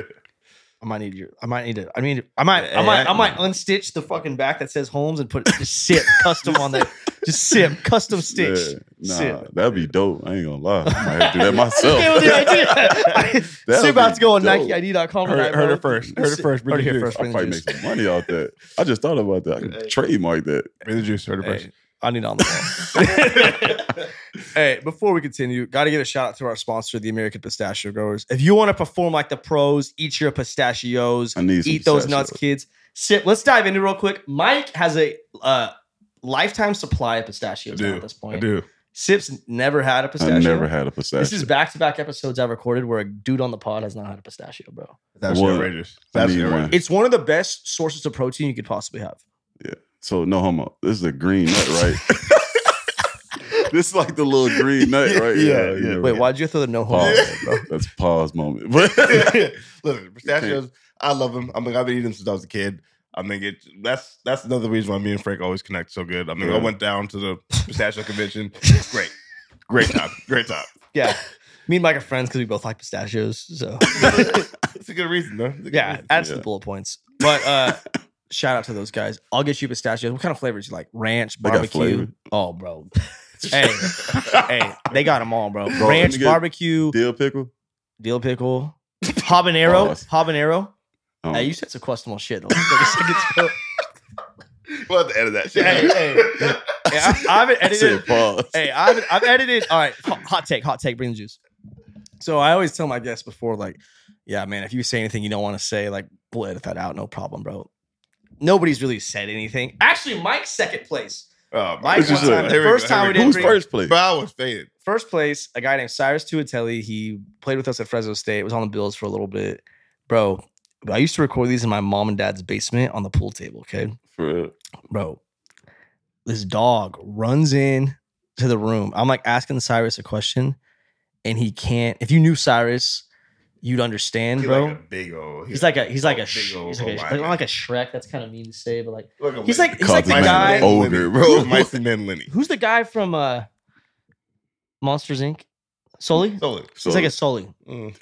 I might need your. I might need it. I mean, I might. I Hey, might. I I- might unstitch the fucking back that says Holmes and put just sip custom on there. Just sip custom stitch. Yeah, nah, Sit. that'd be dope. I ain't gonna lie. I might have to do that I came with the myself. idea. That'll Sip about Oh. be to go on dope. NikeID.com. Heard- tonight, heard bro. it first. Heard it Sit- first. Heard it here Bring the first. I Bring will the probably juice. make some money off that. I just thought about that. I could trademark that. Bring the juice. Heard it first. Hey, I need on the wall. hey, before we continue, got to give a shout out to our sponsor, the American Pistachio Growers. If you want to perform like the pros, eat your pistachios, I need some eat those nuts, pistachios. kids. Sip. Let's dive into it real quick. Mike has a uh, lifetime supply of pistachios I now do. at this I point. do. Sip's never had a pistachio. I never had a pistachio. This is back to back episodes I've recorded where a dude on the pod has not had a pistachio, bro. That's What? outrageous. I That's need one. outrageous. It's one of the best sources of protein you could possibly have. so no homo. This is a green nut, right? this is like the little green nut, right? Yeah, you yeah. know, Wait, why'd you throw the no homo? Pause. in there, bro? That's pause moment. But Listen, pistachios. I love them. I mean, I've been eating them since I was a kid. I mean, it, that's that's another reason why me and Frank always connect so good. I mean, I Yeah. went down to the pistachio convention. Great, great time, great time. Yeah. Me and Mike are friends because we both like pistachios. So it's a good reason, though. It's a good yeah, reason. add some Yeah. bullet points. But uh shout out to those guys. I'll get you pistachios. What kind of flavors you like? Ranch, They got barbecue. flavor. Oh, bro. hey, hey, they got them all, bro. Bro, let Ranch, me get- barbecue, Dill pickle. dill pickle, habanero, Pause. habanero. Um, Hey, you said some questionable shit. in the last 30 seconds, bro. We'll have to edit that shit. Hey, hey. Hey, I, I haven't I edited. said pause. Hey, I've, I've edited. All right, hot hot take, hot take. Bring the juice. So I always tell my guests before, like, Yeah, man. If you say anything you don't want to say, like we'll edit that out, no problem, bro. Nobody's really said anything. Actually, Mike's second place. Oh, Mike, What'd you one say? time, the Here we go, first here time we we go. didn't Who's bring, first place? But I was faded. first place, a guy named Cyrus Tuatelli. He played with us at Fresno State. Was on the Bills for a little bit, bro. I used to record these in my mom and dad's basement on the pool table. Okay, For real. bro. This dog runs in to the room. I'm like asking Cyrus a question, and he can't. If you knew Cyrus, you'd understand, He's bro. like a big old. He's like a he's like a big sh- old he's like a, lineman. like, like a Shrek. That's kind of mean to say, but like Look at he's Lenny. like he's like the Called the guy. man. older, bro. bro. Mighty Man Lenny. Who's the guy from uh Monsters Inc. Sully? So look, So It's like a Sully. mm,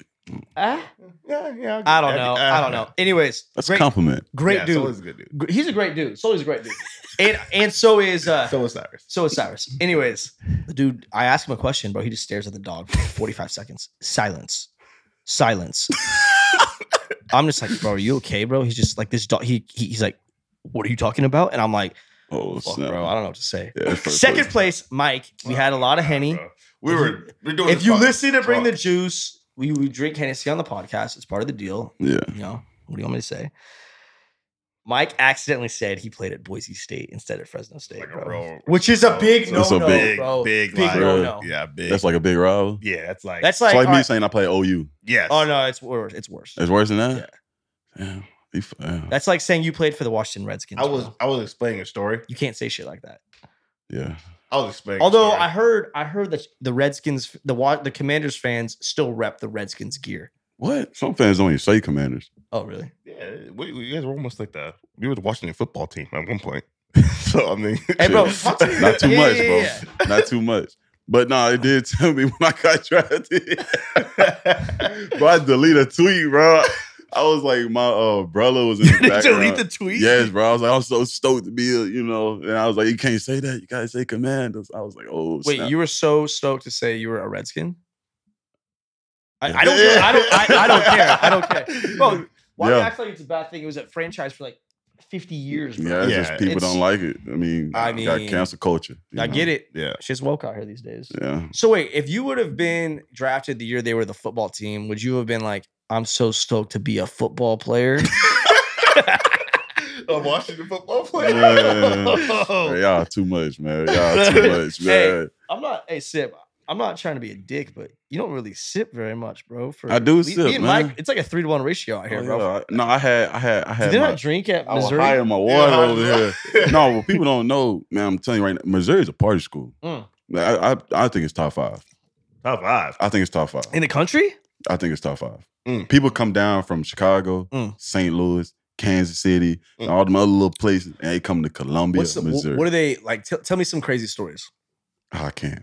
Ah, yeah, yeah. I don't know. I don't know. Anyways, that's a great compliment. great Uh, yeah, dude. So is a good dude. Gr- he's a great dude. Sully's a great dude. and and so is uh So is Cyrus. so is Cyrus. Anyways, the dude, I asked him a question, bro. He just stares at the dog for like 45 seconds. Silence. Silence. I'm just like, bro, are you okay, bro? He's just like this dog. He, he he's like, what are you talking about? And I'm like, Oh, fuck, snap. bro, I don't know what to say. Yeah, that's first Second place. place, Mike. We had a lot of henny. Bro. We were. We're doing. If this you podcast listen to Bring the drunk. Juice, we would drink Hennessy on the podcast. It's part of the deal. Yeah. You know, what do you want me to say? Mike accidentally said he played at Boise State instead of Fresno State, Like a bro. real- Which is Oh, a big no That's a no, big, bro. big, big line. no no. Yeah, big. That's like a big rival. yeah, that's like That's It's like, like, me alright. saying I play OU. yes. oh no, it's worse. It's worse. It's worse than that. Yeah. You f- yeah. That's like saying you played for the Washington Redskins. I was bro. I was explaining a story. You can't say shit like that. Yeah. I was explaining. a Although story. I heard, I heard that the Redskins, the Wa- the Commanders fans still rep the Redskins gear. What? Some fans don't even say Commanders. Oh really? yeah, we, we guys were almost like the we were the Washington football team at one point. so I mean, Hey bro, Shit. Not too Yeah, much, yeah, bro. yeah. Not too much. But no, it did tell me when I got drafted. bro, I delete a tweet, bro. I was like, my uh, brother was in the background. tweet. Yes, bro. I was like, I'm so stoked to be, a, you know. And I was like, you can't say that. You gotta say Commanders. I was like, oh, Wait, snap. you were so stoked to say you were a Redskin? I, Yeah. I don't. I don't. I, I don't care. I don't care. Bro, why do you Yeah. act like it's a bad thing? It was a franchise for like fifty years. Bro. Yeah, it's Yeah, just people it's- don't like it. I mean, I I got mean, cancel culture. you I know? get it. yeah, Shit's woke out here these days. Yeah. So wait, if you would have been drafted the year they were the football team, would you have been like, "I'm so stoked to be a football player"? a Washington football player. Yeah. Hey, y'all too much, man. Y'all too much, Hey, man. I'm not. Hey, sip. I'm not trying to be a dick, but you don't really sip very much, bro. For I do me- sip, me and man. Mike, it's like a three to one ratio out here, Oh, bro. yeah. I- No, I had, I had, I Did had. they my- not drink at I was Missouri? high in my water over here. no, well, people don't know, man. I'm telling you right now, Missouri's a party school. Mm. I, I I think it's top five. top five. I think it's top five. in the country? I think it's top five. Mm. People come down from Chicago, Mm. St. Louis, Kansas City, and Mm. all them other little places, and they come to Columbia, What's the, wh- Missouri. what are they like? Tell tell me some crazy stories. Oh, I can't.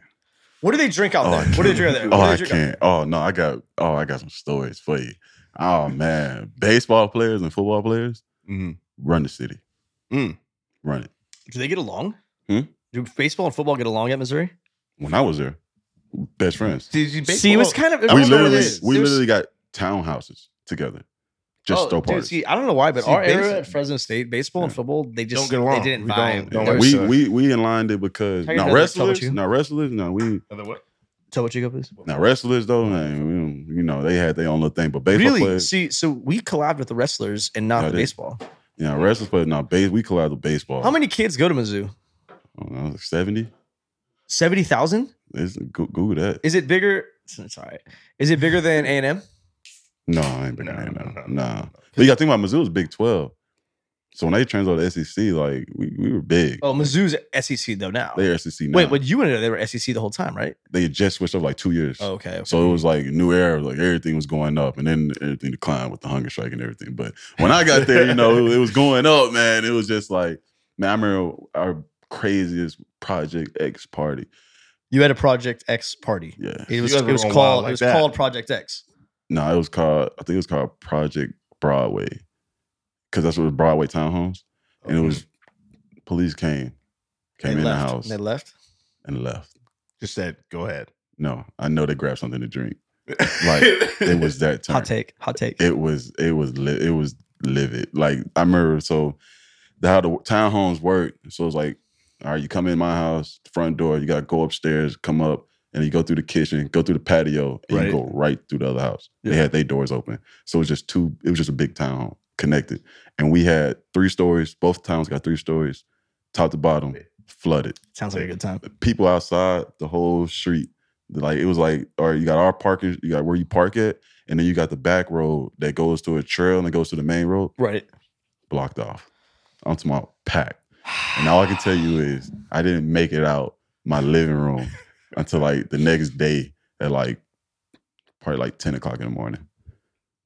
What do they drink out Oh, I there? What do they can't. drink out there? What Oh, do they I drink out there? can't. Oh no, I got. Oh, I got some stories for you. Oh man, baseball players and football players Mhm. run the city. Mm. Run it. Do they get along? Hmm? Do baseball and football get along at Missouri? When I was there, best friends. See, see, See, baseball- it's kind of we it's what it literally, is. we There's- literally got townhouses together, just oh, throw dude, parties. see, I don't know why, but See, our era basic- at Fresno State, baseball and Yeah. football, they just get along. They didn't We vibe. don't- don't There we- was we so- we we in line there because How you know now they're trouble wrestlers, too? now wrestlers, no we Other what? tell what you up is. now wrestlers though, man, we- you know they had their own little thing, but baseball really? players, See, so we collabed with the wrestlers and not Yeah, I the did. baseball. you know wrestlers, but now base we collide with baseball. How many kids go to Mizzou? I don't know, seventy. Seventy thousand? It's Go- Google that. Is it bigger? It's all right. Is it bigger than A and M? No, I ain't been No, there. no, No, no, no, no, no. But you got to think about Mizzou's Big Twelve. So when they translated to SEC, like we, we were big. Oh, Mizzou's SEC though now. They SEC now. Wait, when you went in there, they were SEC the whole time, right? they had just switched up like two years. Oh, okay. okay. So it was like new era, like everything was going up, and then everything declined with the hunger strike and everything. But when I got there, you know, it was going up, man. It was just like, man, I remember our craziest Project X party. you had a Project X party. Yeah, It was guys it were was going called wild like it was that. called Project X. no, it was called. I think it was called Project Broadway, because that's what was Broadway townhomes, and it was police came, came in left. the house They left. and left. just said, go ahead. No, I know they grabbed something to drink. Like, It was that time. Hot take. Hot take. it was it was li- it was livid. Like I remember, so the, how the townhomes work. So it's like, all right, you come in my house, front door. You got to go upstairs, come up. and you go through the kitchen, go through the patio, and Right. you go right through the other house. They Yeah. had their doors open. So it was just two, it was just a big town connected. And we had three stories, both towns got three stories, top to bottom, flooded. Sounds like a good time. People outside, the whole street. Like it was like, all right, you got our parking, you got where you park at, and then you got the back road that goes to a trail and it goes to the main road Right. blocked off. I'm talking about packed. And all I can tell you is I didn't make it out my living room until like the next day at like probably like 10 o'clock in the morning.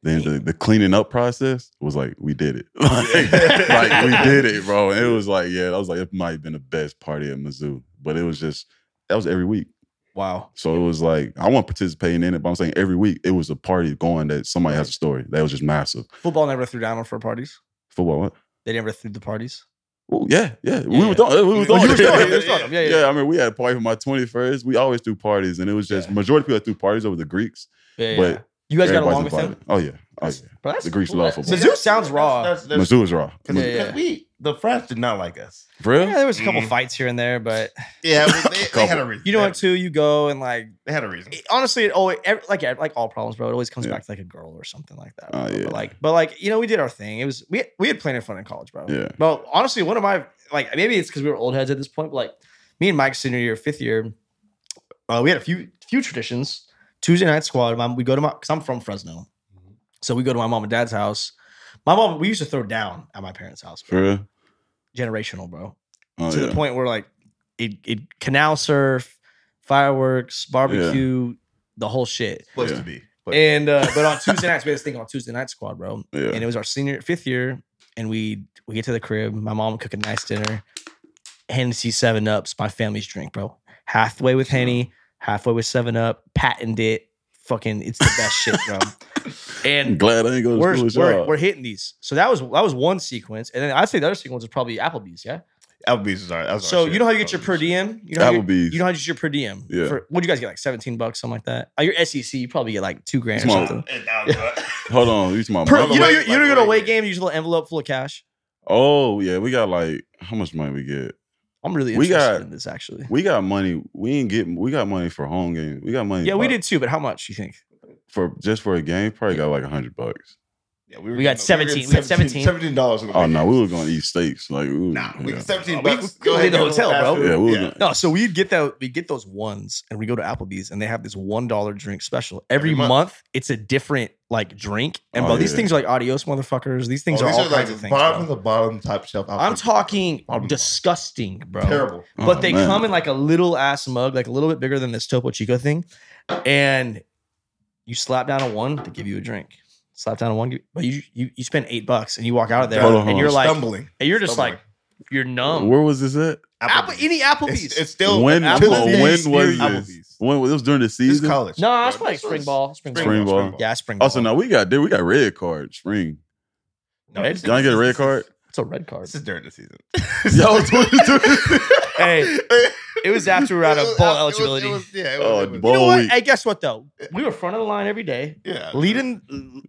Then the, the cleaning up process was like, we did it. like, like, we did it, bro. And it was like, yeah, that was like, it might have been the best party at Mizzou. But it was just, that was every week. Wow. So it was like, I wasn't participating in it, but I'm saying every week it was a party going that somebody has a story. That was just massive. Football never threw down on for parties. Football, what? They never threw the parties. Well, yeah, yeah, we Yeah, were throwing. We were Oh, throwing. you were throwing, you were yeah, throwing them. Yeah, yeah. I mean, we had a party for my twenty first. We always do parties, and it was just majority of people that threw parties over the Greeks. Yeah, yeah, But yeah. you guys got Everybody's along a with party. them. Oh yeah, oh yeah. But that's The Greeks cool. love football. Mizzou sounds raw. Mizzou is raw. Because Yeah, yeah. we, the French did not like us. Real? yeah, there was a couple Mhm. fights here and there, but Yeah, well, they, they had Couple. a reason. Mm-hmm. you know They what? had- Too, you go and like They had a reason. it- honestly, it always ev- like ev- like all problems, bro. It always comes Yeah. back to like a girl or something like that. Oh, bro. yeah. But like, but like you know, we did our thing. It was we we had plenty of fun in college, bro. Yeah. But honestly, one of my like maybe it's because we were old heads at this point. But like me and Mike senior year, fifth year, uh, we had a few few traditions. Tuesday night squad. My, we go to my because I'm from Fresno, Mm-hmm. so we go to my mom and dad's house. My mom, we used to throw down at my parents' house. For Bro. real? Generational, bro. Oh, to yeah. the point where like it it canal surf, fireworks, barbecue, the whole shit. Place Yeah. to be. But And uh, but on Tuesday nights we had this thing on Tuesday night squad, bro. Yeah. And it was our senior fifth year, and we we get to the crib. My mom would cook a nice dinner, Hennessy Seven Ups, my family's drink, bro. Halfway with Henny, halfway with Seven Up, patented it. Fucking, it's the best shit, bro. I'm And glad I ain't go to we're, school with we're, y'all. we're hitting these. So that was that was one sequence, and then I'd say the other sequence was probably Applebee's, yeah. Applebee's is our. that's our So shit. you know how you get your per Applebee's. diem? You know how you, Applebee's. you know how you get your per diem? Yeah. For, what'd you guys get? Like seventeen bucks, something like that. Uh, your SEC, you probably get like two grand or Small. something. And now it's, uh, Hold on, you my Per, Like you know, away- you're, you're like gonna away away game. game. You use a little envelope full of cash. Oh yeah, we got like how much money we get? I'm really We interested got- in this actually. We got money. We ain't get. We got money for home game. We got money. yeah, we about- did too. But how much you think? for just for a game. Probably got like a hundred bucks. Yeah, we, were We got getting- were 17, getting we got 17. Seventeen dollars. Oh no, we were going to eat steaks. Like we, Nah, we yeah. got seventeen Oh, we- bucks. we couldn't leave the get a little hotel, fast bro. food. Yeah, we was No, so we'd get that we get those ones and we go to Applebee's and they have this one dollar drink special every, Every month. month. It's a different like drink. And Oh, bro, these yeah. things are like adios, motherfuckers. These things Oh, are these all kinds like of things. bottom of bro. the bottom type shelf. I'm Applebee's. talking Bottom- disgusting, bro. Terrible. but Oh, they man. come in like a little ass mug, like a little bit bigger than this Topo Chico thing, and you slap down a one to give you a drink. Slap down a one, give- but you you, you spend eight bucks and you walk out of there Hold on, hold and on. you're like Stumbling. and you're just Stumbling. like you're numb. Where was this at? Apple, Applebee's. any Applebee's? It's, it's still when Applebee's. hold on, Applebee's. when was Applebee's. this? When was it was during the This is season? college. no, I was bro. playing This spring was- ball. Spring, Spring ball. ball. Yeah, spring ball. Also, no, we got dude, we got red card. Spring. No, it's, Y'all get a red card. it's a red card. This is during the season. Y'all was 22. hey, it was after we were out of ball eligibility. It was, yeah, it was, Oh, it was- ball- you know what? week. Hey, guess what though? Uh, We were front of the line every day, yeah. leading,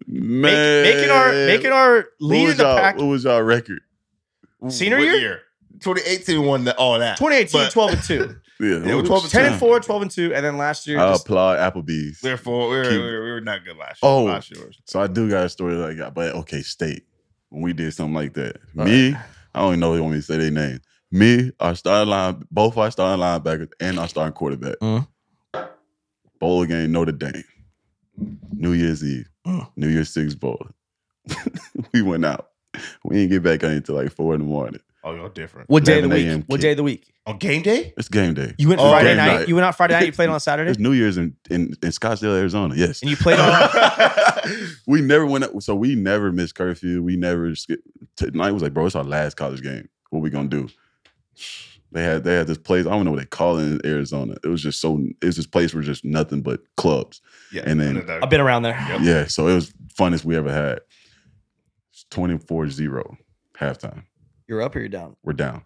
make, Uh, Man, making our making our What lead was in the y'all- pack. What was y'all record? Senior What year? 2018 won the, all that. 2018, But- 12 and 2. Yeah, It what was 12 10 and time? 4, 12 and 2. And then last year, I just, applaud Applebee's. Therefore, we were, Keep- we were, we were not good last year. Oh. last year. was- So I do got a story like that, but okay, state. When we did something like that, me, I don't even know if they want me to say their name. Me, our starting line, both our starting linebackers and our starting quarterback. Mhm. Bowl game, Notre Dame. New Year's Eve, Mm. New Year's Six Bowl. we went out. We didn't get back on until like four in the morning. Oh, y'all different. what day of the 11 a.m. week? What kick. day of the week? On game day? It's game day. You went Oh, Friday game night. night. You went out Friday night. You played on Saturday. It's New Year's in, in, in Scottsdale, Arizona. Yes. and you played on. we never went up. So we never missed curfew. We never skip. Tonight was like, bro, it's our last college game. What we gonna do? They had they had this place. I don't know what they call it in Arizona. It was just so it's this place where just nothing but clubs. yeah. And then- I've been around there. Yep. Yeah, so it was funnest we ever had. It's 24-0 halftime. You're up or you're down. We're down.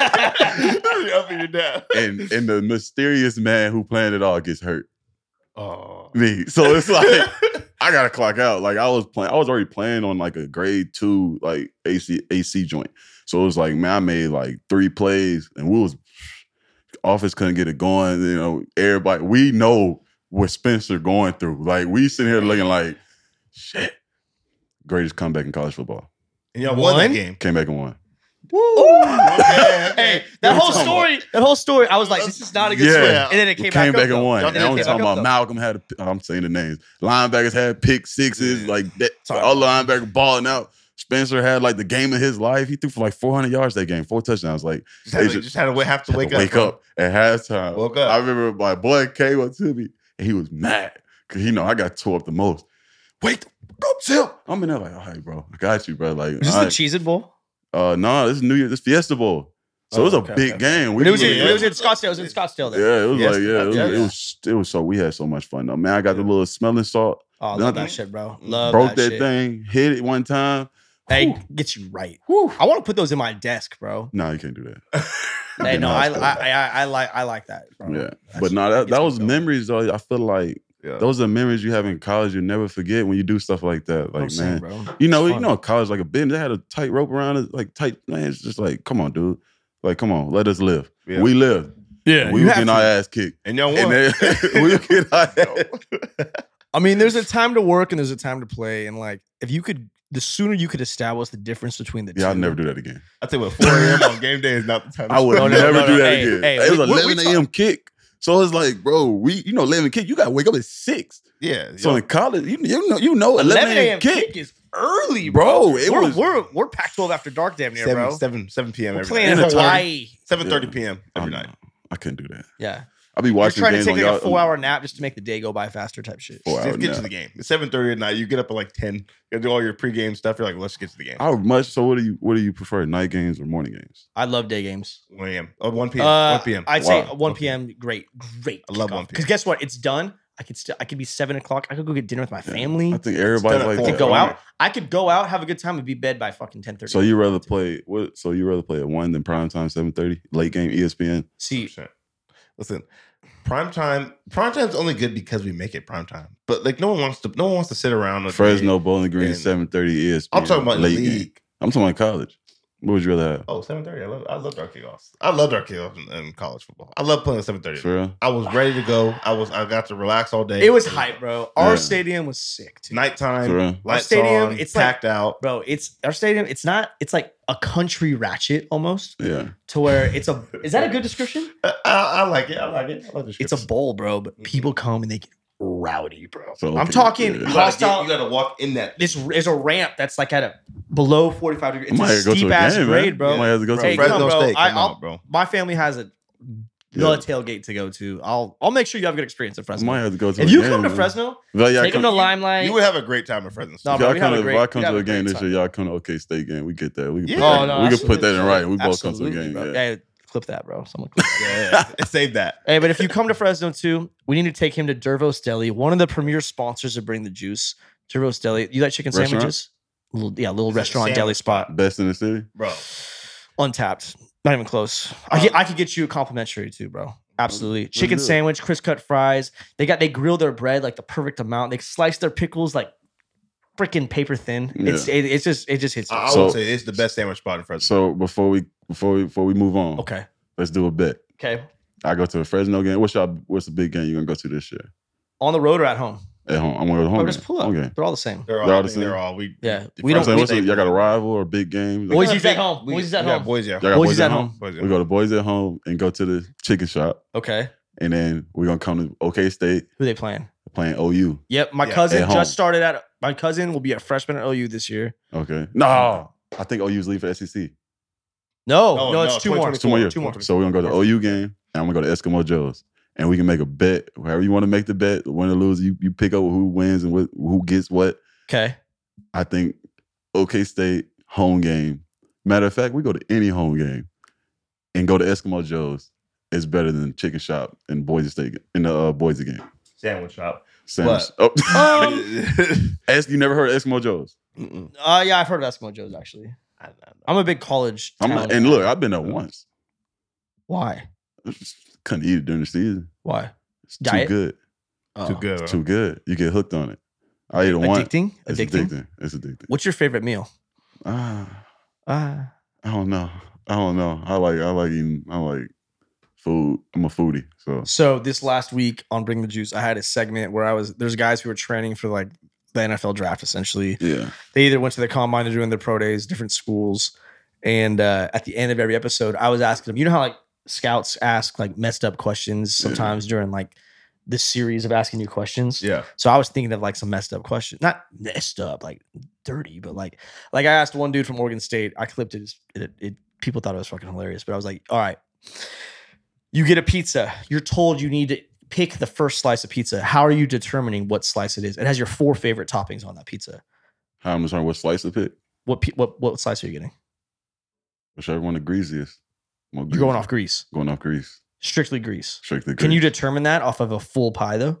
up and you're down. And and the mysterious man who planned it all gets hurt. Oh. Me. So it's like I gotta clock out. Like I was playing, I was already playing on like a grade two like AC AC joint. So it was like, man, I made like three plays, and we was office couldn't get it going. You know, everybody we know what Spencer going through. Like we sitting here looking like shit. Greatest comeback in college football. And y'all won that One? game. Came back and won. okay, okay. hey, that We're whole talking story, that whole story, I was like, this is not a good Yeah. swing. And then it came, back, up, and though. won. Y'all did And I'm get back up, talking about though. Malcolm had. A, I'm saying the names. Linebackers had pick sixes. Yeah. Like that, Sorry. all linebacker balling out. Spencer had like the game of his life. He threw for like 400 yards that game, four touchdowns. Like Just had, They to, just- just had to wa- have to had wake, to wake up. up at halftime. Woke up. I remember my boy came up to me and he was mad because you know I got tore up the most. Wake the fuck up, Tim. I'm in there like, all right, bro, I got you, bro. Like, Is this all the right. Cheez It Bowl? uh, no, this is New Year, this Fiesta Bowl. So Oh, it was a okay, big okay. game. We But it was, really- in, it was in Scottsdale. It was in Scottsdale. Then. yeah, it was Yes, like yeah, it was, yeah. it was it was so we had so much fun though. Man, I got the little smelling salt, Oh, I love Nothing. that shit, bro. Love broke that, that, shit. thing, hit it one time. Hey, Whew. get you right. I want to put those in my desk, bro. No, you can't do that. Hey, no, I, Nice, I, bro. I, I, I like, I like that. Bro. yeah, That but shit no, that, gets that me was going. memories though. I feel like Yeah. those are memories you have in college you never forget when you do stuff like that. I'm Like saying, man, bro. you know, It's you fun. know, college like a bin. They had a tight rope around it, like tight. Man, it's just like, come on, dude. Like, come on, let us live. Yeah. We live. Yeah, we you were have getting to. our ass kicked. And y'all And won. then we were getting our ass. I mean, there's a time to work and there's a time to play, and like, if you could, the sooner you could establish the difference between the two. Yeah, I'll never do that again. I tell you what, 4 a.m. on game day is not the time. to I would start. no, never no, do no. that Hey, again. hey, it was we- we- we 11 a.m. kick. So it's like, bro, we you know 11 kick, you gotta wake up at six. Yeah. So in college, you, you know you know 11, 11 a.m. kick, kick is early, bro. bro. It we're, was we're we're Pac-12 after dark, damn near, bro. 7, 7, 7 p.m. we're every playing night. in And it's Hawaii. Seven thirty Yeah. p.m. I every don't night. know. I couldn't do that. Yeah, I'll be we're watching trying to games take on like y'all. a four-hour nap just to make the day go by faster, type shit. Four hour Just get nap. to the game. It's seven thirty at night. You get up at like ten. You gotta do all your pregame stuff. You're like, let's get to the game. I would much so what do you what do you prefer, night games or morning games? I love day games. One a.m. Oh, one p.m. Uh, one p.m. I'd Wow. say 1 p.m. Great, great. I love 1 p.m. Because guess what? It's done. I could still I could be seven o'clock. I could go get dinner with my Yeah. family. I think everybody Instead of like four. that. could go Yeah. out. I could go out, have a good time, and be bed by fucking ten thirty. So you rather play what so you rather play at one than prime time, 7:30, late game E ESPN. see, 100%. Listen, prime time. Prime time's only good because we make it prime time. But like, no one wants to. No one wants to sit around. with- Fresno Bowling Green, E And- 7:30 ESPN. I'm talking about late league. game. I'm talking about college. What would you rather have? Oh, 7.30. I love. I love dark kickoffs. I love dark kickoffs in, in college football. I love playing at seven thirty. For real? I was ready to go. I was. I got to relax all day. it was hype, bro. Our Yeah. stadium was sick, too. Nighttime. For real? Lights stadium, on, it's like- packed out. bro. It's our stadium. It's not. It's like a country ratchet almost Yeah. to where it's a. Is that a good description? I, I- I like it. I like it. I like the It's a scripts. bowl, bro. But people come and they get rowdy, bro. Mm-hmm. So, I'm okay, talking yeah. You gotta, hostile. get- you gotta walk in that. this is a ramp that's like at a below 45 degrees. It's Might a have to go to steep a ass game, man. grade, bro. Might have to go to Hey, a come Fresno on, bro. State, I- come I'll- on, bro. My family has a the Yeah. tailgate to go to. I'll I'll make sure you have a good experience at Fresno. Might have to go to if a you game, come to man. Fresno, Well, y'all take them come- to Limelight. You would have a great time at Fresno State. No, if bro, y'all we come had a to, great- if I come we had to a a game great this time. year, y'all come to OK State game. We get that. We can, Yeah. put, oh, that- no, we can put that in absolutely. right. We both come to a Absolutely, game. bro. yeah. Hey, clip that, bro. Someone clip that. yeah, yeah. Save that. Hey, but if you come to Fresno too, we need to take him to Dervos Deli, one of the premier sponsors of Bring the Juice. Dervos Deli. You like chicken Restaurant? sandwiches? Little, yeah, little It's a restaurant sandwich deli spot. Best in the city. Bro, Untapped. Not even close. I, could- I could get you a complimentary too, bro. Absolutely. Chicken Um, do it. sandwich, crisp cut fries. They got they grill their bread like the perfect amount. They slice their pickles like freaking paper thin. It's it, it's just it just hits. I, me. I So- would say it's the best sandwich spot in Fresno. So before we before we before we move on, okay. let's do a bet. Okay. I go to a Fresno game. What's y'all? What's the big game you're gonna go to this year? On the road or at home? At home, I'm gonna go to home. Bro, game. just pull up. Home game. They're all the same. They're all, They're I all the think they're same? all we. Yeah, the we I'm don't- Fresno saying, what's the, State- y'all got a rival or a big game? Boys- y'all Boise's We- at home. we- Boise's at we got home. Boise at got Boys is at home. Boise at We go to Boys at home and go to the chicken shop, Okay. and then we're gonna come to OK State Who they playing? playing OU. Yep, my Yeah. cousin At home. just started at my cousin will be a freshman at OU this year. Okay. No, I think OU's leave for SEC. No, no, No, it's no, two more. Oh, Two more years. Two more. So we're gonna go to OU game, and I'm gonna go to Eskimo Joe's, and we can make a bet. However you want to make the bet, win or lose, you, you pick up who wins and what, who gets what. Okay. I think OK State home game. Matter of fact, we go to any home game and go to Eskimo Joe's. It's better than chicken shop in Boise State in the uh, Boise game. Sandwich shop. Sandwich. Oh, Um, Es- you never heard of Eskimo Joe's? Mm-mm. uh, yeah, I've heard of Eskimo Joe's actually. I don't know. I'm a big college. I'm town. not, and look, I've been there once. why? Couldn't eat it during the season. Why? It's too Diet? good. Oh. Too good. It's too good. You get hooked on it. I ate it once. Addicting? It's Addicting? addicting. It's addicting. What's your favorite meal? Ah, Ah, I don't know. I don't know. I like I like eating I like food. I'm a foodie, so So this last week on Bring the Juice, I had a segment where I was there's guys who were training for like the NFL draft essentially. yeah. They either went to the combine to doing their pro days, different schools. And uh, at the end of every episode, I was asking them, you know how like scouts ask like messed up questions Yeah. sometimes during like this series of asking you questions. Yeah. So I was thinking of like some messed up question. Not messed up, like dirty, but like like I asked one dude from Oregon State. I clipped it. It, it people thought it was fucking hilarious, but I was like, all right. You get a pizza. You're told you need to pick the first slice of pizza. How are you determining what slice it is? It has your four favorite toppings on that pizza. How I'm determining what slice to pick, What pi- what what slice are you getting? whichever one the greasiest. I'm You're going off grease. going off grease, Strictly grease. strictly. Grease. Can you determine that off of a full pie though?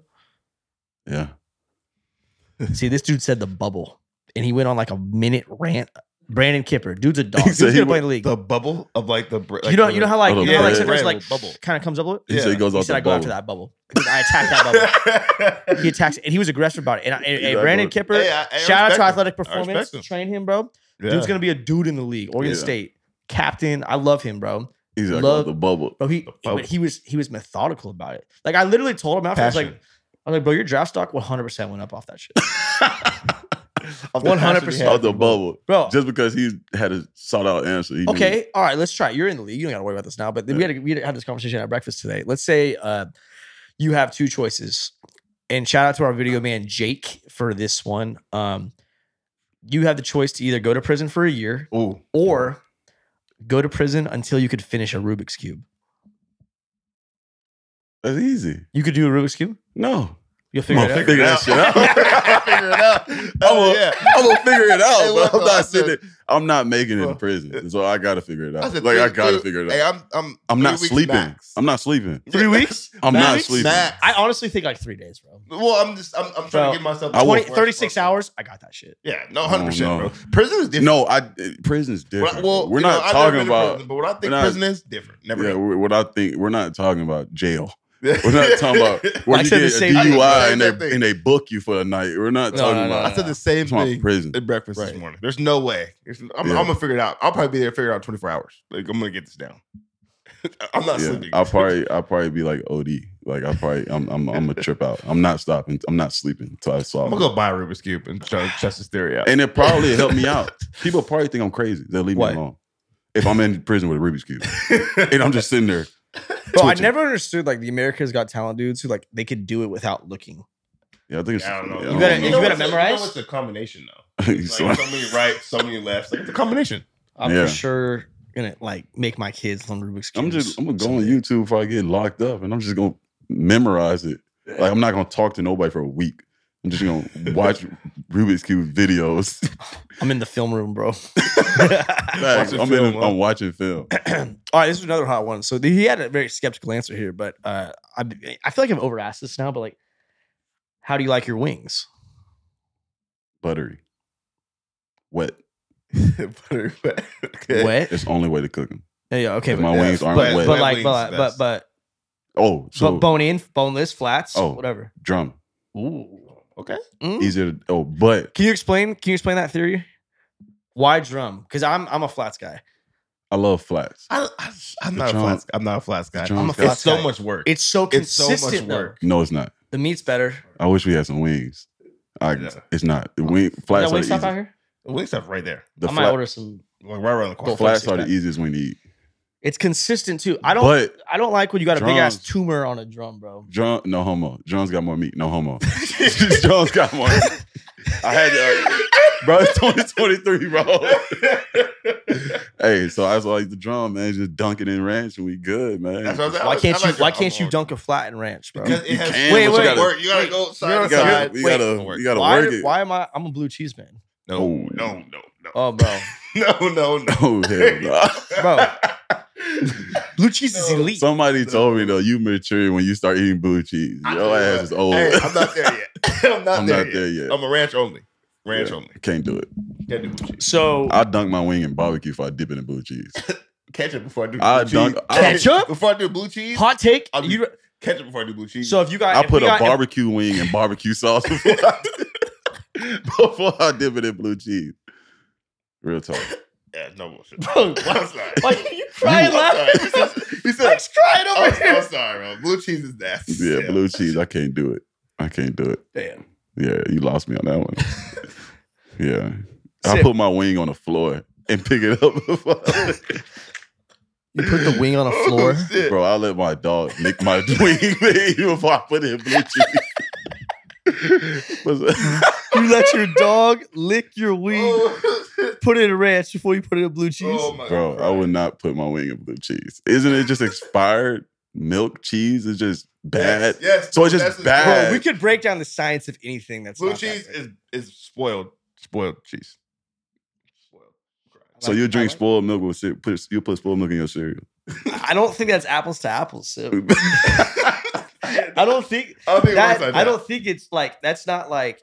yeah, See, this dude said the bubble, and he went on like a minute rant. Brandon Kipper, dude's a dog. He He's said gonna he play in the league. The bubble of like the br- like you know, the- you know how like Oh, you the know how, like bread. sometimes like Bread with kind of comes up a little. he said Yeah. he goes He off said the I go after bubble. that bubble. Because I attacked that bubble. He attacked. And he was aggressive about it. And, I- and- Yeah, and I Brandon go- Kipper, Hey, I- I shout out respect to him. Athletic I respect Performance. him. Train him, bro. Yeah. Dude's gonna be a dude in the league. Oregon Yeah. State captain. I love him, bro. He's like Love- the bubble. Bro, he bubble. but he was he was methodical about it. Like I literally told him after I was like, Passion. I was like, bro, your draft stock 100 percent went up off that shit, Of the 100% passion he had Off for the bubble. bro. Just because he had a sought out answer. He knew- Okay, all right, let's try. it. You're in the league. You don't got to worry about this now. But we had we had this conversation at breakfast today. Let's say uh, you have two choices, and shout out to our video man Jake for this one. Um, you have the choice to either go to prison for a year Ooh. or go to prison until you could finish a Rubik's cube. that's easy. You could do a Rubik's cube. No, You'll figure I'ma it out. figure that shit out. figure it out. I'ma- Oh, yeah. I'm gonna figure it Hey, out. bro. look, I'm I not said- sitting. there- I'm not making it Well, in prison, so I gotta figure it out. said Like I three- gotta three- figure it Hey, out. I'm I'm I'm three not weeks sleeping. max. I'm not sleeping. Three weeks? I'm Max? not sleeping. Max. I honestly think like three days, bro. well, I'm just I'm, I'm trying Bro, to give myself I will- 20, 36 hours. I got that shit. Yeah, no, Oh, hundred percent, no. bro. Prison is different. No, I prison's different. well, well, we're you know, not I've never talking been to about. prison, but what I think we're not- prison is different. Never. yeah, we- what I think we're not talking about jail. been. We're not talking about where I you said get the a same- DUI and I said they and they book you for the night. We're not No, talking no, no, about. I said the same I'm talking thing about prison. at breakfast Right. this morning. There's no way. There's- I'm, Yeah. I'm gonna figure it out. I'll probably be there figure it out in 24 hours. Like I'm gonna get this down. I'm not Yeah, sleeping. I'll probably I'll probably be like OD. Like I probably I'm I'm I'm a trip out. I'm not stopping. I'm not sleeping until I I'm solve. gonna it. go buy a Rubik's cube and try to test this theory out. And it probably helped me out. People probably think I'm crazy. They'll leave What? me alone if I'm in prison with a Rubik's cube and I'm just sitting there. Bro, I twitching. never understood like the America's Got Talent dudes who like they could do it without looking. Yeah, I think it's. I don't know. yeah, You better- don't you know. better it's a- memorize? know it's a combination though. So- Like, so many right, so many left. Like, it's a combination. I'm Yeah. for sure gonna like make my kids learn Rubik's cubes. I'm just I'm gonna go on someday. YouTube if I get locked up, and I'm just gonna memorize it. Like I'm not gonna talk to nobody for a week. I'm just gonna watch Rubik's cube videos. I'm in the film room, bro. Facts. Watching I'm, film, in huh? I'm watching film. All right, this is another hot one. So the, he had a very skeptical answer here, but uh, I I feel like I've over asked this now, but like, how do you like your wings? Buttery, wet. Butter, but- okay. Wet? It's the only way to cook them. Yeah, yeah, okay, If but, my yeah, wings aren't but, wet. but wet like, wings but, is but best. but oh, but so bone in, boneless, flats, Oh. whatever. drum Ooh, Okay. Mm. easier. To, oh, but Can you explain? Can you explain that theory? Why drum? Because I'm I'm a flats guy. I love flats. I, I, I'm The not John- a flats. I'm not a flats guy. John I'm a Scott. flats It's so guy. much work. It's so It's so consistent. much though. work. No, it's not. The meat's better. I wish we had some wings. I, Yeah. It's not. The wing, flats Is that are wing the stop out easiest. here? Wingstop right there, The I might fla- order some. like right around the corner. Go for it. flats flexi are the back. easiest wing to eat. It's consistent too. I don't. But I don't like when you got a big ass Drums. tumor on a drum, bro. John, no homo. John's got more meat. No homo. John's got more. meat. I had to, uh, bro. It's 2023, bro. hey, so I was like the drum, man. Just dunk it in ranch, and we good, man. That's what I'm saying. Why I- can't I like you? Why John can't you Moore. dunk a flat in ranch, bro? Because You it has can, Wait, so much wait, work. You gotta wait. go You're side you to on the gotta, side. side. you Wait. gotta, you gotta Why, work it. why am I? I'm a blue cheese man. No, no, no, no, Oh, bro, no, no, no. Oh hell no. bro, blue cheese is No. elite. Somebody told me though, you mature when you start eating blue cheese. I Your tell you ass what. is old. Hey, I'm not there yet. I'm not I'm there not yet. there yet. I'm a ranch only. Ranch Yeah. only. Can't do it. Can't do blue cheese. So I dunk my wing in barbecue if I dip it in blue cheese. Ketchup before I do I blue dunk- cheese. I- Ketchup? before I do blue cheese. hot take. I'll be- You, Ketchup before I do blue cheese. so if you got, I if put we a got- if- barbecue wing and barbecue sauce before I, before I dip it in blue cheese. Real talk. Yeah, no bullshit. Bro, why- I'm sorry. Why are you crying I'm laughing? sorry. He said- He said, Frank's crying I'm, over Oh, I'm here. sorry, bro. Blue cheese is nasty. Yeah, blue cheese. I can't do it. I can't do it. Damn. Yeah, you lost me on that one. yeah. I Sit. put my wing on the floor and pick it up. You put the wing on a floor. Oh, shit. Bro, I let my dog lick my wing before I put in blue cheese. What's- you let your dog lick your wing. Oh, shit. Put it in ranch before you put it in blue cheese. Oh, my Bro, I would not put my wing in blue cheese. Isn't it just expired milk cheese? It's just bad. Yes, yes. So it's just That's- bad. Bro, we could break down the science of anything that's Blue not that cheese great. is is spoiled. Spoiled cheese. Spoiled. I So like- you I drink like- spoiled milk with cere- put you put spoiled milk in your cereal. I don't think that's apples to apples. Sip. I I don't think don't think it that, works like I don't think it's like that's not like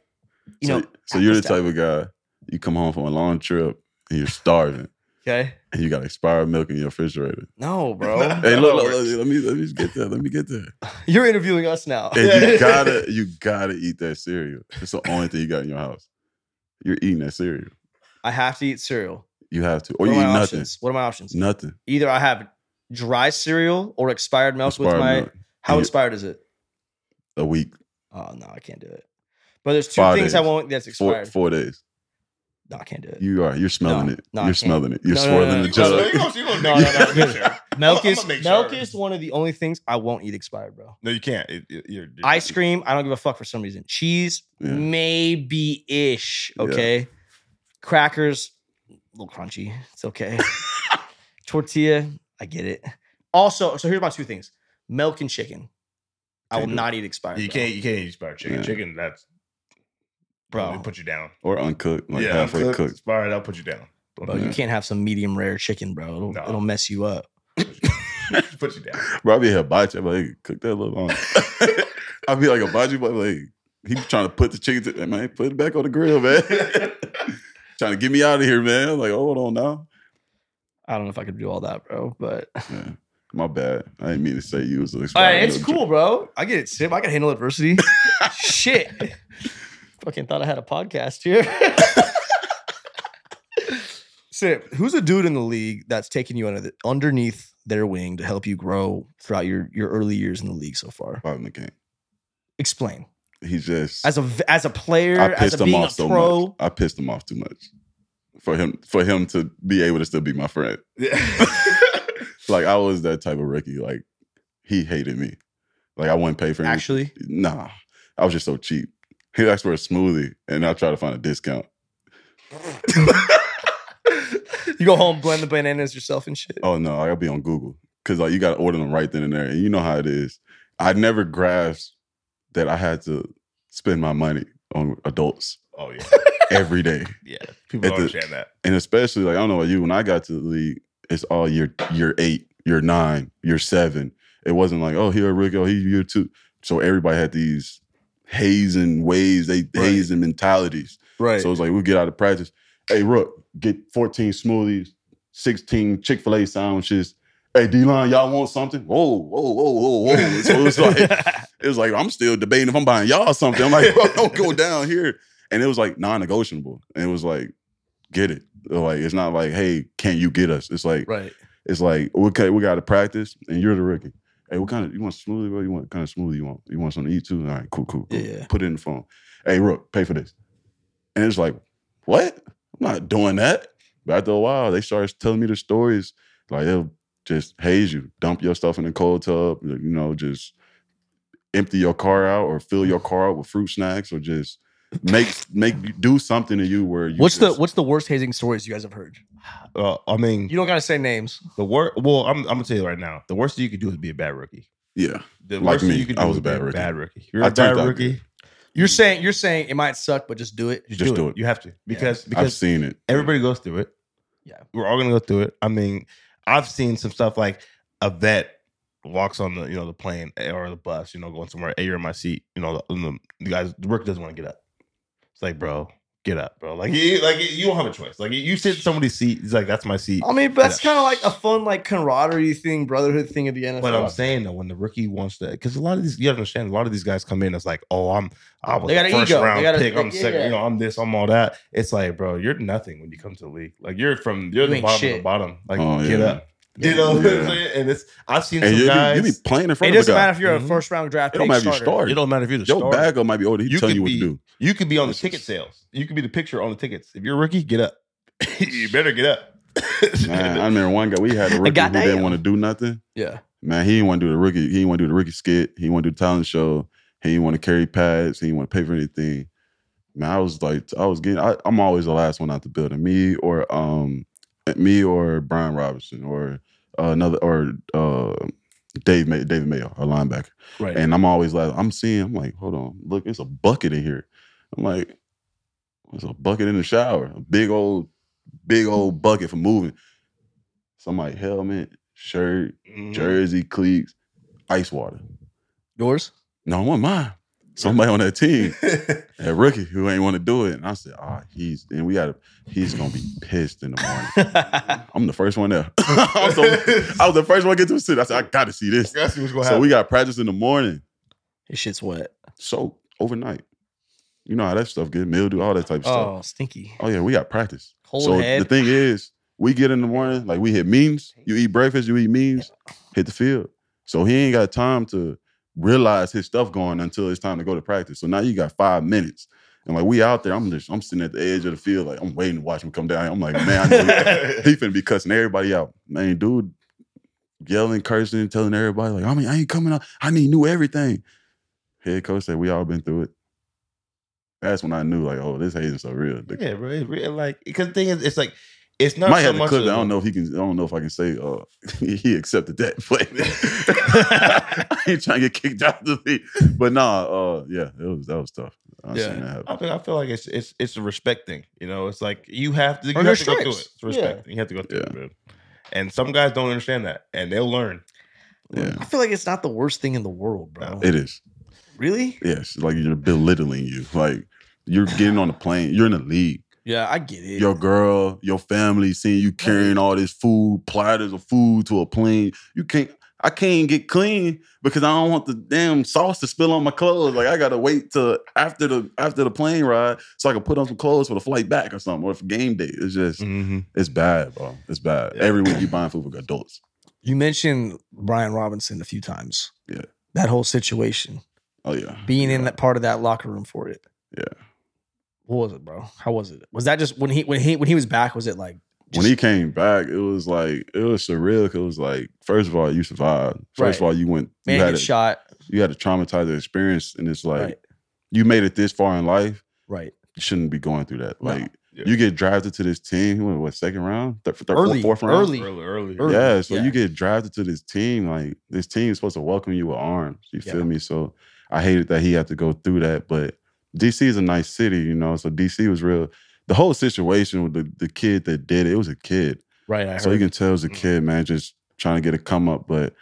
you so, know. so you're the apples to type of guy you come home from a long trip and you're starving Okay. and you got expired milk in your refrigerator. No, bro. Hey, That look, look, works. look, let me let me just get that. Let me get that. You're interviewing us now. And Yeah. you gotta you gotta eat that cereal. It's the only thing you got in your house. You're eating that cereal. I have to eat cereal. You have to, or What you are eat my nothing. options? What are my options? Nothing. Either I have dry cereal or expired milk with Expired my. milk. How You- expired is it? A week, Oh no, I can't do it. But there's two Five things I days. won't. That's four, expired. four days. No, I can't do it. You are. You're smelling No, it. no, I you're can't. smelling it. You're No, no, swirling no, no, the You gonna- you jug. gonna- you gonna No, make- no, no. make sure. milk I'ma- is I'ma make milk sure. is one of the only things I won't eat expired, bro. No, you can't. It, it, you're, you're- Ice cream, I don't give a fuck for some reason. Cheese, Yeah. maybe ish. Yeah. Okay. Crackers, a little crunchy. It's okay. Tortilla, I get it. Also, so here's my two things: milk and chicken. I will Can't do not eat expired. You bro. can't. You can't eat expired chicken. Yeah. Chicken that's Bro. it'll put you down. or uncooked, like yeah, halfway uncooked, cooked. Expired. I'll put you down. Don't Bro, do you can't have some medium rare chicken, bro. It'll, No. it'll mess you up. that. put you down. Bro, I be here bocce. I'm like, hey, cook that little on. I be like a bocce, but like he be trying to put the chicken. To, man, put it back on the grill, man. trying to get me out of here, man. I'm like, hold on now. I don't know if I could do all that, bro. But Yeah, my bad. I didn't mean to say you was an all right, expired it's milk cool, bro. I get it, Sim. I can handle adversity. Shit. Fucking thought I had a podcast here. Sim, who's a dude in the league that's taking you under the, underneath their wing to help you grow throughout your, your early years in the league so far? drink. Five in the game. Explain. He just As a v- as a player, I as pissed a him being off a so pro. much. I pissed him off too much for him for him to be able to still be my friend. Like I was that type of rookie. Like he hated me. Like I wouldn't pay for anything. Actually, Nah, I was just so cheap. He asked for a smoothie, and I tried to find a discount. you go home, blend the bananas yourself and shit. Oh no, I gotta be on Google because like you gotta order them right then and there, and you know how it is. I never grasped that I had to spend my money on adults Oh yeah, every day, yeah. People don't the- understand that. and especially like I don't know about you. When I got to the league, it's all year year eight, year nine, year seven. It wasn't like oh here Rick, oh he year two. So everybody had these hazing ways, they Right. hazing mentalities. Right. So it's like we get out of practice. Hey, Rook, get 14 smoothies, 16 Chick fil A sandwiches. Hey, D line, y'all want something? Whoa, whoa, whoa, whoa, whoa. So it's like, it was like, I'm still debating if I'm buying y'all something. I'm like, bro, don't go down here. And it was like non negotiable. And it was like, get it. Like, it's not like, hey, can you get us? It's like, right. it's like, okay, we got to practice, and you're the rookie. Hey, what kind of you want smoothie, bro? You want what kind of smoothie you want? You want something to eat too? All right, cool, cool, cool. Yeah. Put it in the phone. Hey, Rook, pay for this. And it's like, what? I'm not doing that. But after a while, they started telling me the stories. Like they'll just haze you, dump your stuff in the cold tub, you know, just empty your car out or fill your car out with fruit snacks or just make make do something to you where you What's the just- what's the worst hazing stories you guys have heard? Uh, I mean, You don't gotta say names. the worst. Well, I'm, I'm gonna tell you right now. The worst thing you could do is be a bad rookie. yeah. The Like worst thing me, you could do I is was a be bad rookie. Bad rookie. You're I a bad turned out rookie. You're saying you're saying it might suck, but just do it. Just do it. You have to because I've because seen it. everybody goes through it. Yeah. we're all gonna go through it. I mean, I've seen some stuff like a vet walks on the you know the plane eh, or the bus, you know, going somewhere. Hey, you're in my seat. You know, the, the, the guys, the rookie doesn't want to get up. It's like, bro, get up, bro. Like, you, like you don't have a choice. Like, you sit in somebody's seat. He's like, that's my seat. I mean, but that's kind of like a fun, like camaraderie thing, brotherhood thing at the NFL. But I'm saying though, when the rookie wants to, because a lot of these, you understand, a lot of these guys come in as like, oh, I'm, I was They got the an first ego. They round got a- pick, I'm like, yeah, second, yeah. you know, I'm this, I'm all that. It's like, bro, you're nothing when you come to the league. Like you're from, you're You the ain't bottom of the shit. bottom. Like Oh, get yeah. up, you know. what I'm Yeah. saying? And it's, I've seen And some you, guys. you be playing in it front of a doesn't guy. Mm-hmm. matter if you're Mhm. a first round draft pick It don't matter if you starter. start. it don't matter if you're the Your starter. bag might be older. He You telling could you what be- to do. You could be on the This ticket is- sales. You could be the picture on the tickets. If you're a rookie, get up. you better get up. Man, I remember one guy we had a rookie who Goddamn. didn't want to do nothing. Yeah. Man, he didn't want to do the rookie. He didn't want to do the rookie skit. He didn't want to do the talent show. He didn't want to carry pads. He didn't want to pay for anything. Man, I was like, I was getting. I, I'm always the last one out the building. Me or um, me or Brian Robinson or uh, another or uh, Dave May, David Mayo, our linebacker. Right. And I'm always like, I'm seeing. I'm like, hold on, look, it's a bucket in here. I'm like, there's a bucket in the shower, a big old, big old bucket for moving. So I'm like, helmet, shirt, Mm-hmm. jersey, cleats, ice water. Yours? No, I want mine. Somebody on that team, that rookie who ain't want to do it. And I said, ah, he's and we got to he's gonna be pissed in the morning. yeah. I'm the first one there. I, was the, I was the first one to get to the city. I said, I gotta see this. That's what's going So we got practice in the morning. His shit's wet. So overnight. You know how that stuff get mildew, all that type of stuff. Oh, stinky. Oh yeah, we got practice. Cold so head. the thing is, we get in the morning, like we hit memes. You eat breakfast, you eat memes, hit the field. So he ain't got time to realize his stuff going until it's time to go to practice. So now you got five minutes. And like we out there, I'm just I'm sitting at the edge of the field, like I'm waiting to watch him come down. I'm like, man, I know he he finna be cussing everybody out. Man, dude yelling, cursing, telling everybody, like, I mean, I ain't coming out. I need new everything. Head coach said, we all been through it. That's when I knew, like, oh, this hating so real. The yeah, bro. It, re- like, because the thing is, it's like, it's not might so have to much. clip of- it. I don't know if he can. I don't know if I can say uh, he accepted that. But I ain't trying to get kicked out of the league. But nah, uh, yeah, it was that was tough. I Yeah. seen that happen. I feel, I feel like it's it's it's a respect thing. You know, it's like you have to you Or have their to go through it. stripes. It's respect. You have to go through Yeah. it, man. And some guys don't understand that, and they'll learn. Yeah, I feel like it's not the worst thing in the world, bro. it is. really? Yes, like you're belittling you. Like you're getting on a plane. You're in the league. Yeah, I get it. Your girl, your family, seeing you carrying all this food, platters of food to a plane. You can't. I can't get clean because I don't want the damn sauce to spill on my clothes. Like I gotta wait till after the after the plane ride so I can put on some clothes for the flight back or something or for game day. It's just Mm. it's bad, bro. It's bad. Yeah. Every week you buying food for adults. You mentioned Brian Robinson a few times. Yeah. That whole situation, Oh yeah, being in that part of that locker room for it. Yeah. What was it, bro? How was it? Was that just when he when he when he was back? Was it like when he came back, it was like it was surreal. 'cause it was like first of all you survived. First of Right. all you went. You man had get a, shot? you had a traumatizing experience, and it's like right. you made it this far in life. Right. you shouldn't be going through that. No. Like Yeah. you get drafted to this team. He went what second round, third, third Early, fourth, round. early. Early, early. Early. Yeah, so yeah. you get drafted to this team. Like this team is supposed to welcome you with arms. You feel Yeah. me? So I hated that he had to go through that. But DC is a nice city, you know. So DC was real. The whole situation with the, the kid that did it, it was a kid. Right. I So you heard. Mm. can tell it was a kid, man, just trying to get a come up. But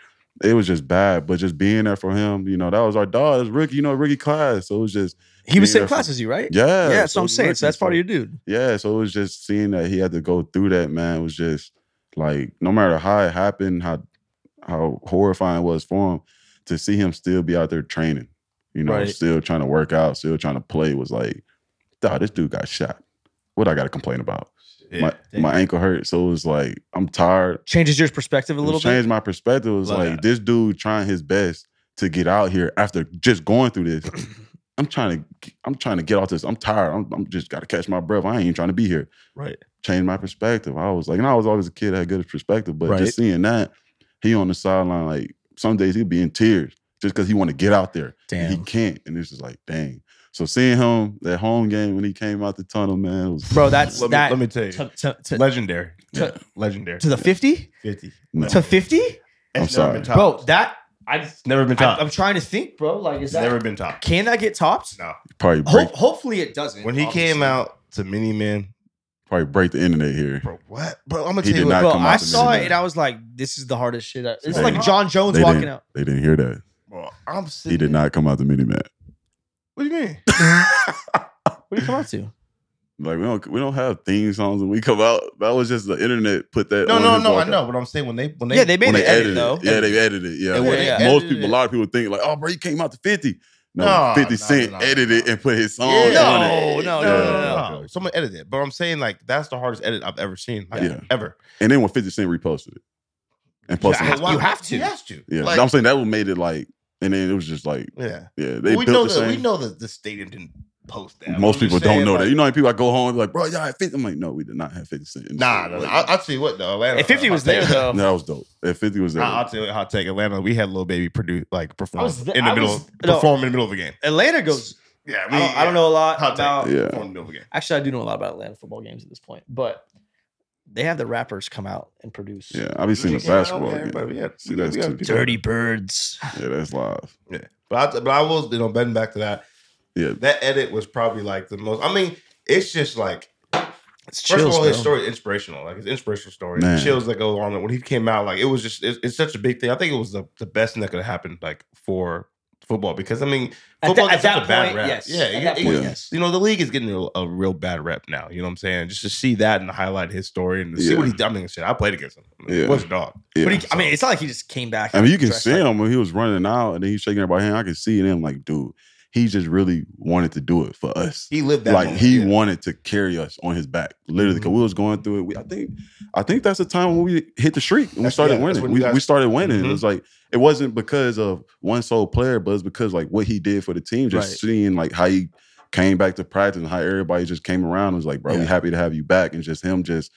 it was just bad. But just being there for him, you know, that was our dog. It was rookie, you know, rookie class. So it was just he was be same there for- class as you, right? yeah. Yeah, so it I'm was saying, rookie, so that's part so- of your dude. yeah, so it was just seeing that he had to go through that, man, was just like no matter how it happened, how how horrifying it was for him, to see him still be out there training, you know, Right. still trying to work out, still trying to play was like, dog, this dude got shot. What I gotta complain about? my my ankle hurt. So it was like, I'm tired. Changes your perspective a It little changed bit. my perspective. It was Love like that. this dude trying his best to get out here after just going through this. I'm trying to I'm trying to get off this. I'm tired. I'm, I'm just gotta catch my breath. I ain't even trying to be here. Right. Changed my perspective. I was like, and I was always a kid that had good perspective, but Right. just seeing that, he on the sideline, like some days he'd be in tears just because he want to get out there. and He Damn. can't. And it's just like, dang. So seeing him that home game when he came out the tunnel, man, it was Bro, that's Let me, that let me tell you, to, to, to, legendary, to- legendary. to the 50? Fifty. no. To 50? I'm It's never sorry. been topped. Bro, that I It's never been I, topped. am trying to think, bro. Like, is It's that never been topped. can that get topped? No. probably break Ho- hopefully, it doesn't. When he obviously. came out to Mini Man, probably break the internet here. bro, what, bro? I'm gonna He tell you did what, not bro, come I out to saw Mini it Man. and I was like, "This is the hardest shit." I- It's They like didn't. John Jones They walking didn't. out. They didn't hear that. bro. I'm sitting. He did there. not come out the mini man. What do you mean? What did he come out to? Like we don't we don't have theme songs when we come out. That was just the internet put that. No, on no, his no. I walkout. know, but I'm saying when they when they yeah, they When made they it edit, edited, though. it. yeah, they edited it. Yeah, And when they Yeah. most edited people, a it- lot of people think like, oh, bro, you came out to fifty. No, No, Fifty no, Cent no, no, edited no. and put his song. Yeah. on it. No, no, no, Oh, no, no, no, no, no. Someone edited it, but I'm saying like that's the hardest edit I've ever seen, like, Yeah. ever. And then when Fifty Cent reposted it, and posted, Yeah, it. why- you have to. He has to. yeah, Like, I'm saying that what made it like. And then it was just like, yeah. yeah, they we built know the that. same. We know that the stadium didn't post that. Most I'm people just don't saying, know that. like, You know, how people I go home and be like, bro, y'all had 50. I'm like, no, we did not have 50 Cent. in the Nah, studio." nah, nah. Like, I'll, I'll tell you what though. Atlanta. If 50 was there, though. no, that was dope. If 50 was there, I- I'll tell you what, hot take Atlanta. We had Lil Baby produce like I perform was th- in the I middle, was- no. perform in the middle of a game. Atlanta goes. Yeah, I don't, I don't know a lot Hot take. about. Yeah. Perform in the middle of a game. Actually, I do know a lot about Atlanta football games at this point, but they have the rappers come out and produce. yeah, I be seeing the Yeah, basketball. okay, game. but yeah, See, we- that's we got too. people- Dirty Birds. Yeah, that's live. But I, but I was you know bending back to that. Yeah. that edit was probably like the most. I mean, it's just like It's first chills, of all, his bro. story is inspirational. Like his inspirational story, Man. the chills that go on when he came out. Like it was just it's, it's such a big thing. I think it was the, the best thing that could have happened like for football because I mean At, football that- at gets such that a bad point, rap. yes. Yeah, At it- that it- point, yeah. yes. you know the league is getting a, a real bad rep now. You know what I'm saying? Just to see that and highlight his story and to see Yeah. what he did. I mean, shit, I played against him. I mean, Yeah. He was a dog. Yeah. But he, I mean, it's not like he just came back. I mean, you can dressed see like- him when he was running out and then he's shaking everybody's hand. I can see it. And I'm like, dude, he just really wanted to do it for us. He lived that. Like moment, he yeah. Mm-hmm. wanted to carry us on his back, literally. Because we was going through it. We, I think, I think that's the time when we hit the streak and we That's- started yeah, that's winning. when We, you guys- we started winning. It Mhm. was like it wasn't because of one sole player, but it's because like what he did for the team. Just Right. seeing like how he came back to practice and how everybody just came around and was like, "Bro, we Yeah. happy to have you back." And just him, just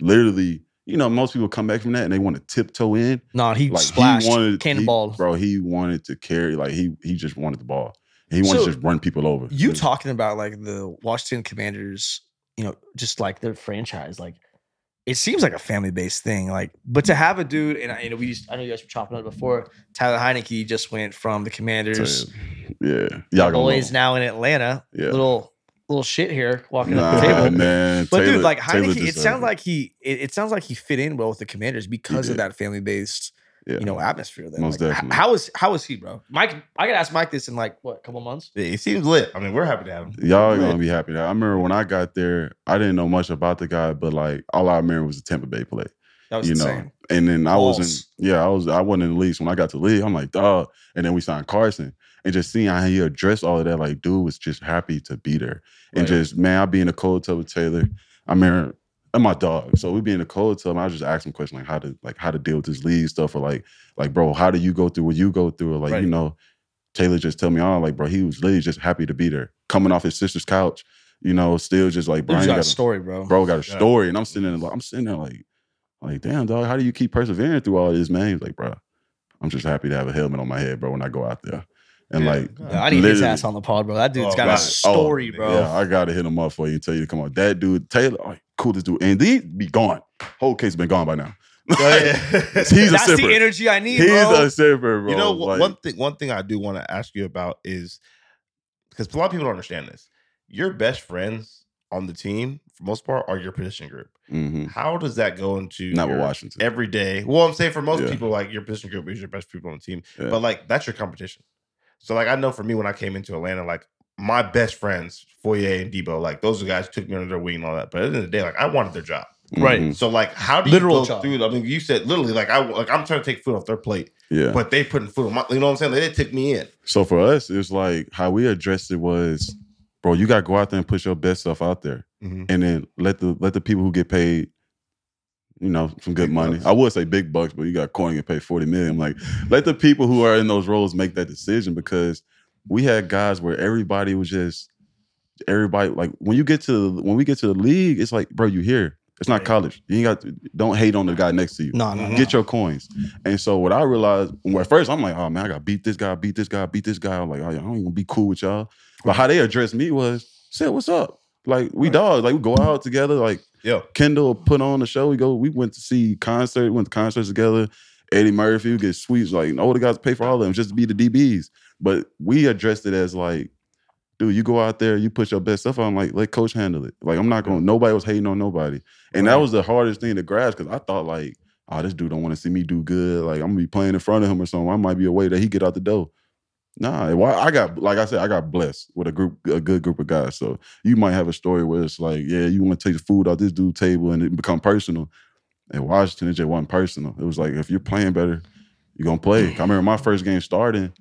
literally, you know, most people come back from that and they want to tiptoe in No, he like splashed, he wanted he- cannonballed. bro. He wanted to carry, like he he just wanted the ball. He wanted So, to just run people over. you talking about like the Washington Commanders, you know, just like their franchise, like it seems like a family based thing. Like, but to have a dude, and I, you know, we just, I know you guys were chopping up before. Tyler Heineke just went from the Commanders, yeah, y'all gonna boys know. now in Atlanta. Yeah. Little little shit here walking up the Nah, table. man. But Taylor- dude, like Taylor uh, Heineke, it deserved sounds like he it, it sounds like he fit in well with the Commanders because of did. that family based Yeah. you know atmosphere. Then Most Like, h- definitely. how is how is he, bro? Mike, I gotta ask Mike this in like what a couple months. Yeah, he seems lit. I mean, we're happy to have him. y'all Yeah. gonna be happy. Now. I remember when I got there, I didn't know much about the guy, but like all I remember was the Tampa Bay play. That was you know. insane. And then I wasn't, Balls. yeah, I was, I wasn't in the league. So when I got to the league, I'm like, dog. And then we signed Carson, and just seeing how he addressed all of that, like, dude was just happy to be there, Right. and just man, I be in the cold tub with Taylor. I mean, and my dog. So we be in the cold tub. And I just ask him questions like how to, like how to deal with this league stuff, or like, like, bro, how do you go through what you go through, or like, Right. you know, Taylor just tell me all, like, bro, he was literally just happy to be there, coming off his sister's couch, you know, still just like, Dude's bro, I ain't got a gotta- story, bro. bro got a Yeah. story, and I'm sitting there, like, I'm sitting there like, like, damn dog, how do you keep persevering through all this, man? He's like, bro, I'm just happy to have a helmet on my head, bro, when I go out there, and Yeah. like, Yeah, I need his literally- ass on the pod, bro. That dude's Oh, got right. a story, Oh, bro. yeah, I gotta hit him up for you and tell you to come out. That dude Taylor, like, cool this dude, and he be gone. Whole case been gone by now. He's a That's the sipper. energy I need, He's bro. a sipper, bro. you know, Like, one thing. One thing I do want to ask you about is because a lot of people don't understand this. Your best friends on the team, for most part, are your position group. mhm. How does that go into not with your Washington. every day? Well, I'm saying for most Yeah. people, like your position group is your best people on the team, Yeah. but like that's your competition. So, like I know for me when I came into Atlanta, like my best friends, Foyer and Debo, like those guys took me under their wing and all that. But at the end of the day, like I wanted their job. right. Mhm. So like, how do Literal you go job. through? I mean, you said literally, like I like I'm trying to take food off their plate, Yeah. but they putting food on my. You know what I'm saying? Like, they took me in. So for us, it was like how we addressed it was, bro, you gotta go out there and put your best stuff out there. Mm-hmm. and then let the let the people who get paid, you know, some good Big money. bucks. I would say big bucks, but you got Corning get paid forty million. Like, let the people who are in those roles make that decision because we had guys where everybody was just everybody like when you get to when we get to the league, it's like, bro, you here. It's not Right. college. You ain't got to, don't hate on the guy next to you. No, no, no. Get your coins. And so what I realized, well, at first I'm like, oh man, I got to beat this guy, beat this guy, beat this guy. I'm like, oh, I don't even be cool with y'all. But how they addressed me was, said, what's up? Like we Right. dogs, like we go out together. Like Yeah. Kendall put on a show. We go, we went to see concert, went to concerts together. Eddie Murphy, we get sweets. Like and all the guys pay for all of them just to be the DBs. But we addressed it as like, dude, you go out there, you put your best stuff on. Like let coach handle it. Like I'm not gonna. Nobody was hating on nobody, and that Right. was the hardest thing to grasp because I thought like, oh, this dude don't want to see me do good. Like I'm gonna be playing in front of him or something. I might be a way that he get out the door. Nah, well, I got like I said, I got blessed with a group, a good group of guys. So you might have a story where it's like, yeah, you want to take the food out this dude's table and it become personal. In Washington, it just wasn't personal. It was like if you're playing better, you're gonna play. I remember my first game starting,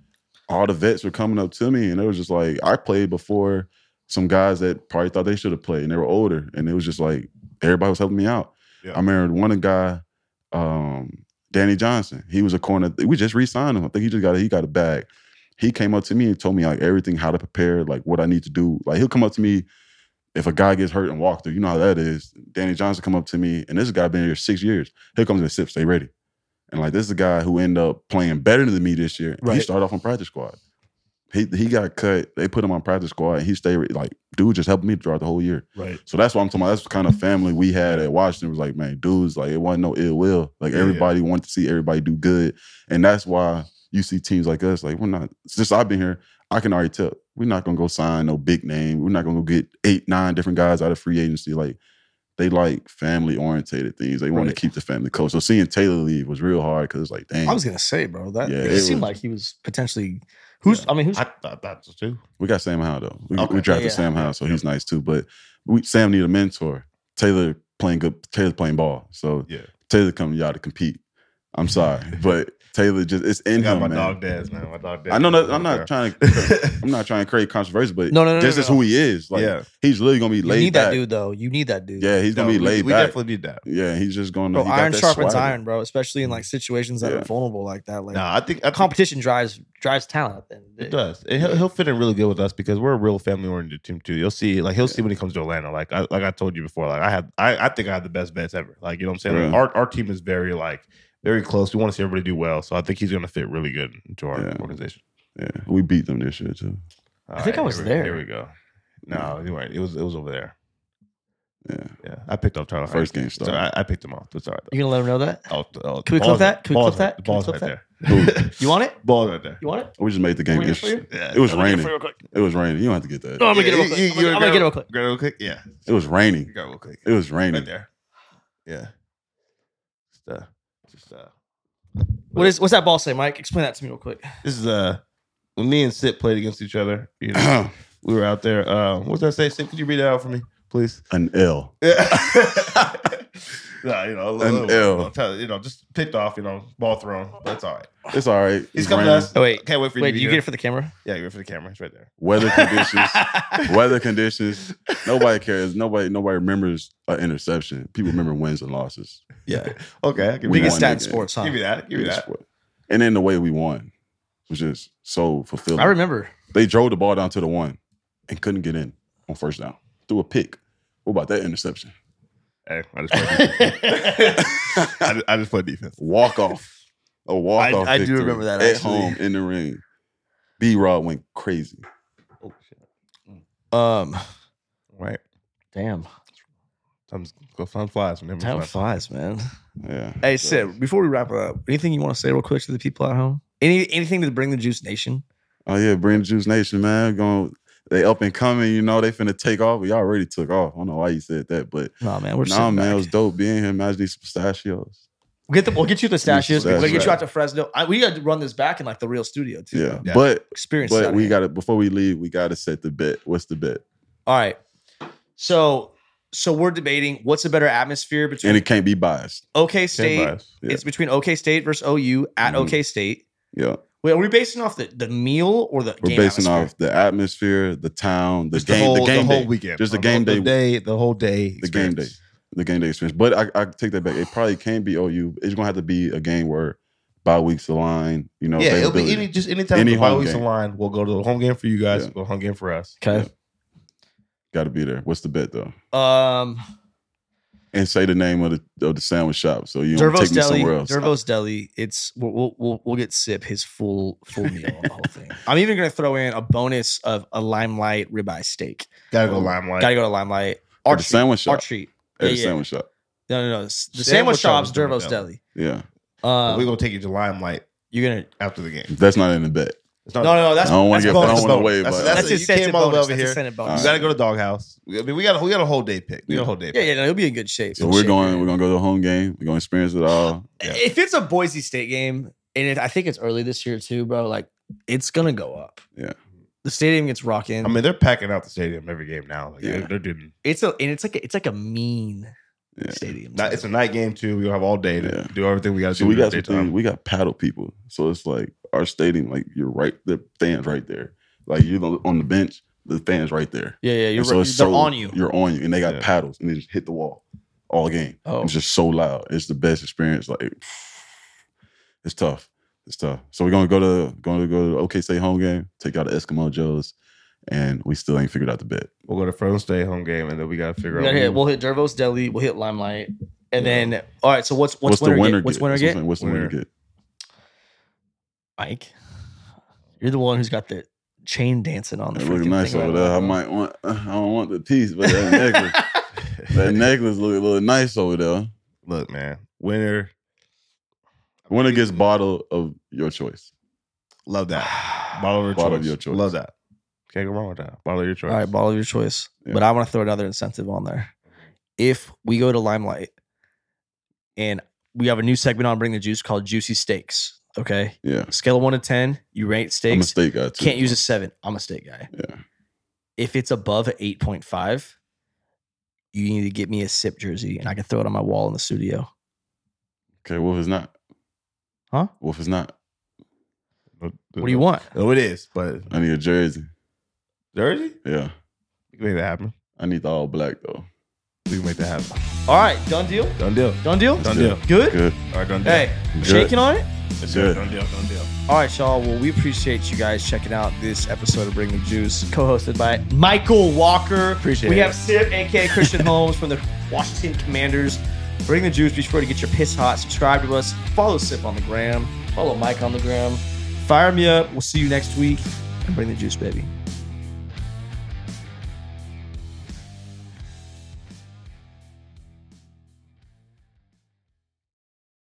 all the vets were coming up to me, and it was just like I played before some guys that probably thought they should have played, and they were older, and it was just like everybody was helping me out. Yeah. I remember one guy, um, Danny Johnson. He was a corner. We just re-signed him. I think he just got a, he got a bag. He came up to me and told me like everything, how to prepare, like what I need to do. Like he'll come up to me if a guy gets hurt and walk through. You know how that is. Danny Johnson come up to me, and this guy been here six years. Here comes and sip, stay ready. And like this is a guy who ended up playing better than me this year. He Right. started off on practice squad. He he got cut. They put him on practice squad, and he stayed like dude just helped me throughout the whole year. Right. So that's what I'm talking about. That's the kind of family we had at Washington. It was like, man, dudes, like it wasn't no ill will. Like Yeah, yeah. everybody wanted to see everybody do good, and that's why you see teams like us. Like we're not since I've been here, I can already tell we're not gonna go sign no big name. We're not gonna go get eight, nine different guys out of free agency. Like they like family orientated things. They want Right. to keep the family close. So seeing Taylor leave was real hard because it's like, dang, I was gonna say, bro, that Mm-hmm. Yeah, it, it seemed was- like he was potentially. Who's? I mean, who's? I thought that was too. we got Sam Howe though. We, Okay. we drafted Yeah, yeah. Sam Howe, so he's nice too. But we, Sam need a mentor. Taylor playing good. Taylor playing ball. So Yeah. Taylor come to y'all to compete. I'm sorry, but Taylor just it's I in got him, my man. dog dads, man. My dog dads. I know that I'm not trying to I'm not trying to create controversy, but No, no, no, just no, is no. who he is. Like yeah. he's literally gonna be you laid need back. that dude though. You need that dude. Yeah, he's gonna No, be we- laid We back. definitely need that. yeah, he's just gonna. bro. he got Iron that sharpens swagger. iron, bro. Especially in like situations that Yeah. are vulnerable like that. Like Nah, I think I think competition drives drives talent. And It does. And he'll, he'll fit in really good with us because we're a real family oriented team too. You'll see, like he'll see when he comes to Atlanta. Like I, like I told you before, like I had, I, I think I had the best bets ever. Like you know what I'm saying. Like, Yeah. our our team is very like very close. We want to see everybody do well, so I think he's going to fit really good into our Yeah. organization. Yeah, we beat them this year too. All think I was here there. We, here we go. No, you weren't. It was it was over there. Yeah, Yeah, I picked up Tyler. first game It's all started. right. I, I picked him off. That's all right. You gonna let him know that? Though. Oh, oh, Can we the clip ball's right- that? Can we ball's clip that? right- The Can we ball's clip right there. You want it? Ball's right there. You want it? We just made the game. Wait It's, for you? it Yeah. Let me get was it for raining. you real quick. It was raining. You don't have to get No, that. I'm gonna get it real You- quick. you- I'm gonna- you I'm gonna get it real quick. Get it real quick. Yeah. It was You raining. got it real quick. It was right raining. there. Yeah. Just, uh, just, uh, What is what's that ball say, Mike? Explain that to me real quick. this is uh, when me and Sip played against each other. You know, we were out there. Uh, what did I say, Sip? Could you read it out for me, please? An L. Yeah. nah, you know, a little, An little- L. tell- you know, just picked off. You know, ball thrown. That's all right. It's all right. He's It's coming to raining. us. Oh, wait. can't wait for you. Wait, to do be you here. get it for the camera? Yeah, you get it for the camera. It's right there. Weather conditions. weather conditions. Nobody cares. Nobody. Nobody remembers an interception. People remember wins and losses. Yeah. Okay, I can We give, Biggest won stat that in game. sports, huh? give you that. Give you that. And then the way we won was just so fulfilling. I remember. they drove the ball down to the one and couldn't get in on first down. Threw a pick. What about that interception? Hey, I just play defense. I, ju- I just play defense. Walk off. A walk off. I do remember that, At actually. home in the ring. B Rod went crazy. Oh shit! Um, Right. damn, Time's go time flies. Remember time flies, man. Yeah. Hey, So, Sid, before we wrap up, anything you want to say real quick to the people at home? Any anything to bring the Juice Nation? Oh yeah, Brand Juice Nation, man. Going they up and coming, you know, they finna take off. Y'all already took off. I don't know why you said that, but Nah, man, we're nah, sitting man, back. it was dope being here. Imagine these pistachios. We'll get the, we'll get you the stashes. We'll That's get you right. out to Fresno. I, we got to run this back in like the real studio too. Yeah. Yeah. But Experience. but that, we man. gotta before we leave, we gotta set the bet. What's the bet? All right. So so we're debating what's a better atmosphere between And it can't be biased. OK Ten State. flies. Yeah. It's between OK State versus OU at Mhm. OK State. Yeah. Wait, are we basing off the, the meal or the We're game basing atmosphere? off the atmosphere, the town, the Just game, the, game day, weekend, Just the bro. game the day, the whole day, The game experience. the game day experience. But I, I take that back. It probably can't be OU. It's gonna have to be a game where bye weeks align. You know, yeah, it'll be availability. any just anytime Any the bye home weeks game. align. We'll go to the home game for you guys. Yeah. We'll home game for us. Okay. Gotta be there. What's the bet though? Um, And say the name of the of the sandwich shop, so you don't Dervos take me Deli. somewhere else. Dervos Deli. It's we'll, we'll we'll we'll get sip his full full meal on the whole thing. I'm even gonna throw in a bonus of a limelight ribeye steak. Gotta go limelight. Gotta go to limelight. At Our the treat. sandwich shop. Our treat. At the yeah, yeah. sandwich shop. No, no, no. The sandwich, Sandwich shop shop's is Dervos Dervos Deli. Deli. Yeah, Um, We're gonna take you to limelight you're gonna after the game. that's not in the bet. It's no, not- no, no. That's I don't want that's to get. I bonus. don't want to bonus. wave. That's- but- That's that's a it. You sense came of all the way bonus. over That's a here. sense of You bonus. gotta go to doghouse. We, I mean, we got a, we got a whole day pick. We got a whole day. Yeah, Pick. yeah, no, it'll be in good shape. so Good we're shape, going. man. We're gonna go to the home game. We're gonna experience it all. yeah. If it's a Boise State game, and it, I think it's early this year too, bro. Like it's gonna go up. Yeah. the stadium gets rocking. I mean, they're packing out the stadium every game now. Like, Yeah. they're, they're doing. it's a and it's like a, it's like a mean Yeah. stadium. Not, it's a night game too. We have all day to Yeah. do everything we got to So do. we during got some daytime. things, we got paddle people. So it's like our stadium, like you're right, the fans right there. Like you're on the bench, the fans right there. yeah, yeah. You're And so right. it's They're so- on you. You're on you, and they got Yeah. paddles, and they just hit the wall all game. Oh. It's just so loud. It's the best experience. Like it's tough. It's tough. So we're gonna go to going to go to OK State home game. Take out the Eskimo Joes, and we still ain't figured out the bet. We'll go to Frozen State home game, and then we got to figure We out. gotta hit, who- we'll hit Dervos Deli. We'll hit Limelight, and Yeah. then all right. So what's what's, winner, get? What's winner That's what I'm get? saying. What's the winner Winner. get? Mike, you're the one who's got the chain dancing on the It freaking look nice thing. over there. I might want. I don't want the piece, but that necklace, that necklace look a little nice over there. Look, man, winner. Winner Mm-hmm. gets bottle of your choice. Love that bottle of your Bottle choice. of your choice. Love that. Can't go wrong with that. Bottle of your choice. All right, ball of your choice. Yeah. But I want to throw another incentive on there. If we go to Limelight and we have a new segment on Bring the Juice called Juicy Steaks, okay? Yeah, Scale of one to 10, you rate I'm a steaks. steak guy too. Can't use a seven. I'm a steak guy. Yeah. If it's above a 8.5, you need to get me a sip jersey and I can throw it on my wall in the studio. Okay, what if it's not? Huh? What if it's not? What do you want? No, it is, but I need a jersey. Jersey. Yeah, We can make that happen. I need the all black though. We can make that happen. All right, done deal? Done deal. Done deal? That's Done deal. good. Good? Good. All right, done deal. Hey, Good. shaking on it? Yes, good. sir. Done deal. Done deal. All right, y'all. Well, we appreciate you guys checking out this episode of Bring the Juice, co-hosted by Michael Walker. Appreciate we it. have Sip, aka Christian Holmes, from the Washington Commanders. Bring the Juice. Be sure to get your piss hot. Subscribe to us. Follow Sip on the gram. Follow Mike on the gram. Fire me up. We'll see you next week. And bring the juice, baby.